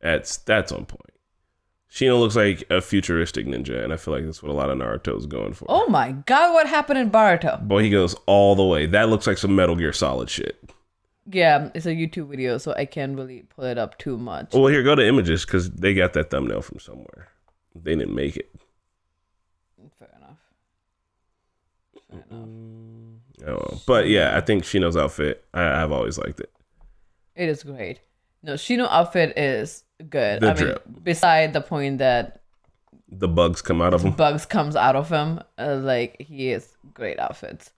S3: That's that's on point. Shino looks like a futuristic ninja, and I feel like that's what a lot of Naruto's going for.
S2: oh my god, what happened in Baruto?
S3: Boy, he goes all the way. That looks like some Metal Gear Solid shit.
S2: Yeah, it's a YouTube video, so I can't really pull it up too much.
S3: Well, here go to images because they got that thumbnail from somewhere. They didn't make it.
S2: Fair enough.
S3: Oh, but yeah, I think Shino's outfit. I, I've always liked it.
S2: It is great. No, Shino outfit is good.
S3: The
S2: I mean,
S3: drip.
S2: beside the point that
S3: The bugs come out of them.
S2: bugs comes out of him. Uh, like he is great outfits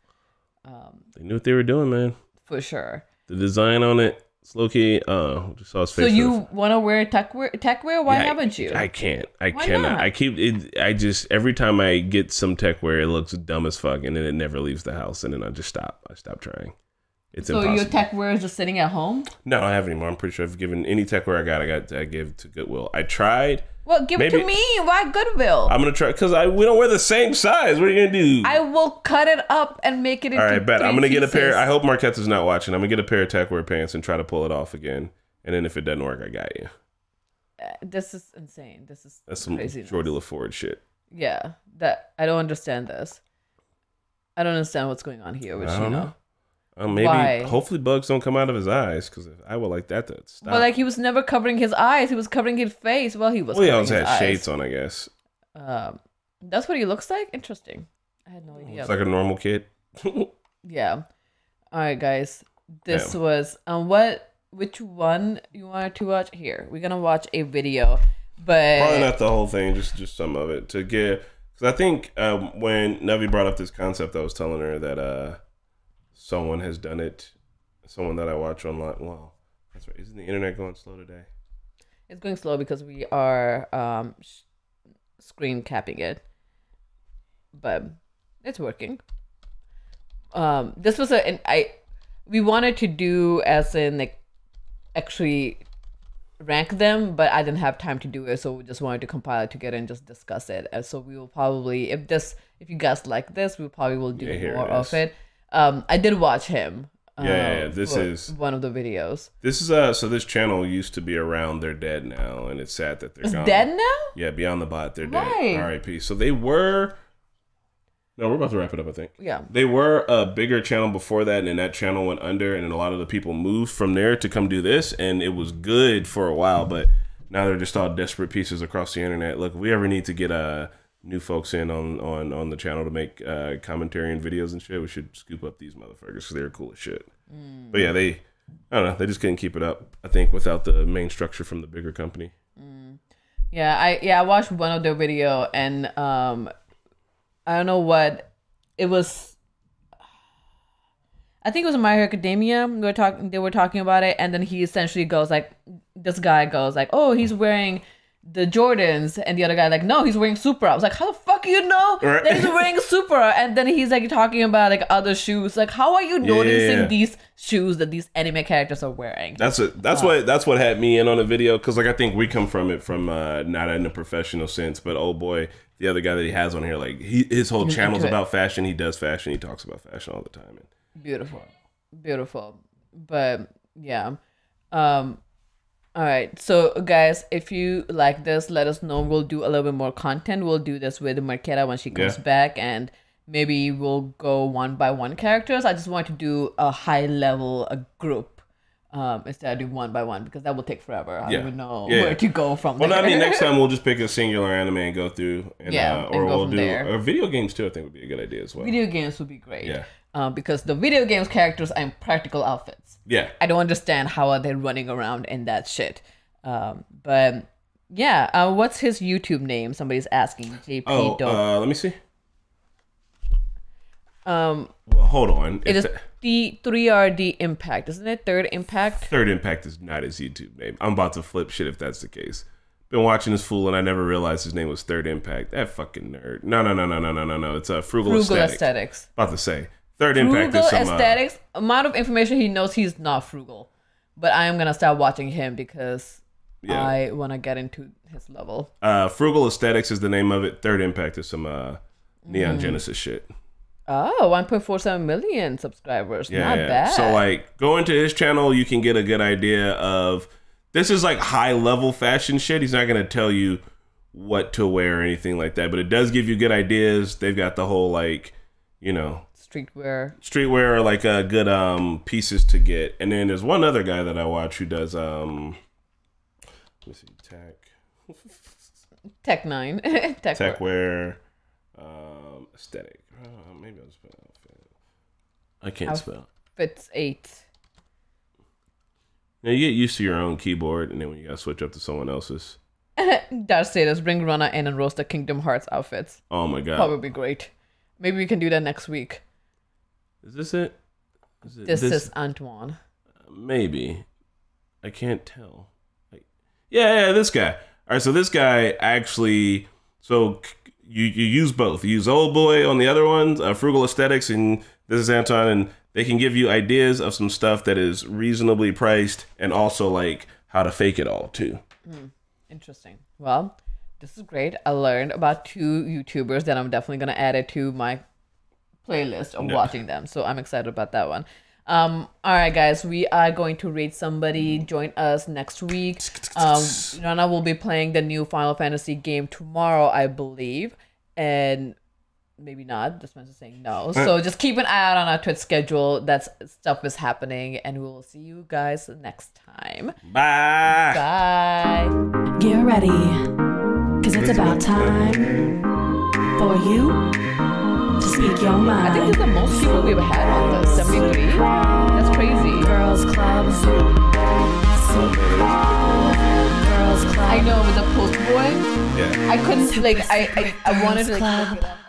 S3: They knew what they were doing, man.
S2: for sure.
S3: The design on it, it's low key. Uh, just saw his face.
S2: so
S3: for the
S2: you want to wear tech wear? Tech wear? Why
S3: Yeah, I-
S2: haven't you?
S3: I can't. I
S2: Why
S3: cannot.
S2: not?
S3: I keep it. I just every time I get some tech wear, it looks dumb as fuck, and then it never leaves the house, and then I just stop. I stop trying. It's
S2: so
S3: impossible.
S2: your tech wear is just sitting at home.
S3: no, I don't have any more. I'm pretty sure I've given any tech wear I got. I got. I give to Goodwill. I tried.
S2: Well, give it to
S3: Maybe-
S2: me. Why Goodwill?
S3: I'm gonna try because I we don't wear the same size. What are you gonna do?
S2: i will cut it up and make it. Into
S3: All right, bet. I'm gonna
S2: three
S3: get a pair.
S2: pieces.
S3: I hope Marquetta's not watching. I'm gonna get a pair of tech wear pants and try to pull it off again. And then if it doesn't work, I got you.
S2: Uh, This is insane. This is
S3: That's some
S2: craziness.
S3: Jordy LaFord shit.
S2: Yeah, that I don't understand this. I don't understand what's going on here with
S3: I don't
S2: Shino.
S3: know. Uh, maybe
S2: Why?
S3: hopefully bugs don't come out of his eyes because I would like that to stop.
S2: But like he was never covering his eyes. He was covering his face. Well, he was.
S3: well, he
S2: covering
S3: always
S2: his
S3: had
S2: eyes.
S3: shades on, I guess.
S2: Um, that's what he looks like. Interesting. I had no idea.
S3: It's like a normal kid.
S2: yeah. All right, guys. This
S3: Damn.
S2: was um what which one you wanted to watch? Here, we're gonna watch a video, but
S3: Probably not the whole thing, just just some of it to get. Because I think um, when Nevi brought up this concept, I was telling her that uh, someone has done it. Someone that I watch online. Wow, that's right. Isn't the internet going slow today?
S2: it's going slow because we are um sh- screen capping it, but it's working. Um, this was a an, I we wanted to do as in like actually rank them, but I didn't have time to do it, so we just wanted to compile it together and just discuss it. And so we will probably, if this, if you guys like this, we probably will do
S3: Yeah, here
S2: more
S3: it
S2: of
S3: is.
S2: it. Um, I did watch him. um,
S3: Yeah, yeah, yeah, this
S2: for
S3: is-
S2: one of the videos.
S3: This is uh so this channel used to be around. They're dead now, and it's sad that they're
S2: It's
S3: gone.
S2: dead now.
S3: Yeah, beyond the bot, they're
S2: Why?
S3: dead. R.I.P. So they were. No, we're about to wrap it up. I think.
S2: Yeah.
S3: They were a bigger channel before that, and then that channel went under, and then a lot of the people moved from there to come do this, and it was good for a while, but now they're just all desperate pieces across the internet. Look, if we ever need to get uh new folks in on on on the channel to make uh commentary and videos and shit, we should scoop up these motherfuckers because they're cool as shit. But yeah, they. I don't know. They just couldn't keep it up. I think without the main structure from the bigger company.
S2: Yeah, I yeah, I watched one of their video and um I don't know what it was I think it was My Hero Academia. We were talking they were talking about it and then he essentially goes like this guy goes like, "Oh, he's wearing the Jordans and the other guy like no he's wearing Supra I was like how the fuck you know
S3: Right.
S2: that he's wearing Supra and then he's like talking about like other shoes like how are you noticing
S3: Yeah.
S2: these shoes that these anime characters are wearing
S3: That's what that's what that's what had me in on the video because like I think we come from it from uh, not in a professional sense, but oh boy, the other guy that he has on here, like he, his whole channel's
S2: into it.
S3: about fashion. He does fashion. He talks about fashion all the time. And
S2: beautiful beautiful but yeah um all right so guys if you like this let us know we'll do a little bit more content we'll do this with marquera when she comes
S3: Yeah.
S2: back and maybe we'll go one by one characters i just want to do a high level a group um instead of doing one by one because that will take forever i
S3: Yeah.
S2: don't even know
S3: Yeah.
S2: where to go from
S3: well, no,
S2: there.
S3: I mean, next time we'll just pick a singular anime and go through, and,
S2: Yeah, and
S3: uh, or
S2: go
S3: we'll
S2: from
S3: do
S2: there.
S3: or video games too. I think would be a good idea as well.
S2: video games would be great
S3: Yeah.
S2: um, because the video games characters are in practical outfits
S3: yeah,
S2: I don't understand how are they running around in that shit. Um, but yeah, uh, what's his YouTube name? Somebody's asking. JP
S3: Oh,
S2: Dog.
S3: uh, let me see.
S2: um,
S3: Well, hold on.
S2: it
S3: If
S2: is
S3: that-
S2: the three RD Impact, isn't it? Third Impact.
S3: Third Impact is not his YouTube name. I'm about to flip shit if that's the case. Been watching this fool and I never realized his name was Third Impact. That fucking nerd. No, no, no, no, no, no, no, no. It's a frugal,
S2: Frugal
S3: aesthetic.
S2: aesthetics.
S3: About to say Third Impact
S2: Frugal
S3: is some. uh,
S2: aesthetics. Amount of information he knows he's not frugal, but I am gonna start watching him because
S3: Yeah.
S2: I want to get into his level.
S3: uh, frugal aesthetics is the name of it. Third Impact is some uh, Neon
S2: Mm.
S3: Genesis shit.
S2: Oh, 1.47 million subscribers.
S3: Yeah,
S2: Not
S3: yeah.
S2: bad.
S3: So like, go into his channel, you can get a good idea of this is like high level fashion shit. He's not gonna tell you what to wear or anything like that, but it does give you good ideas. They've got the whole like, you know,
S2: streetwear.
S3: streetwear are like uh, good um pieces to get. And then there's one other guy that I watch who does um, let me see, tech
S2: Tech nine. Tech.
S3: tech wear, um, aesthetic. Uh, maybe I'll spell outfit. I can't
S2: Outf-
S3: spell.
S2: Fits eight.
S3: Now you get used to your own keyboard, and then when you gotta switch up to someone else's,
S2: Darth Sidious, bring Rana in and roast the Kingdom Hearts outfits.
S3: oh my god,
S2: That would be great. Maybe we can do that next week.
S3: is this it? Is it
S2: This, is Antoine.
S3: maybe. I can't tell. Like, yeah, yeah, this guy. All right, so this guy actually, so c- you you use both. You use old boy on the other one, uh, frugal aesthetics, and this is Anton, and they can give you ideas of some stuff that is reasonably priced, and also like how to fake it all too.
S2: Interesting. Well, this is great. I learned about two YouTubers that I'm definitely gonna add it to my playlist of watching them. So I'm excited about that one. Um, all right, guys, we are going to rate somebody. Join us next week. Um, Rana will be playing the new Final Fantasy game tomorrow, I believe, and maybe not. This man's saying no. So just keep an eye out on our Twitch schedule. That's stuff is happening, and we will see you guys next time.
S3: Bye.
S2: Bye.
S1: Get ready, cause it's about time for you to speak your
S2: I
S1: mind.
S2: think this is the most people we've had on this. 73? That's crazy.
S1: Girls Club. Girls Club.
S2: I know, with the post boy,
S3: Yeah.
S2: I couldn't, like, I, I, I wanted to, like,
S1: Club.
S2: look it up.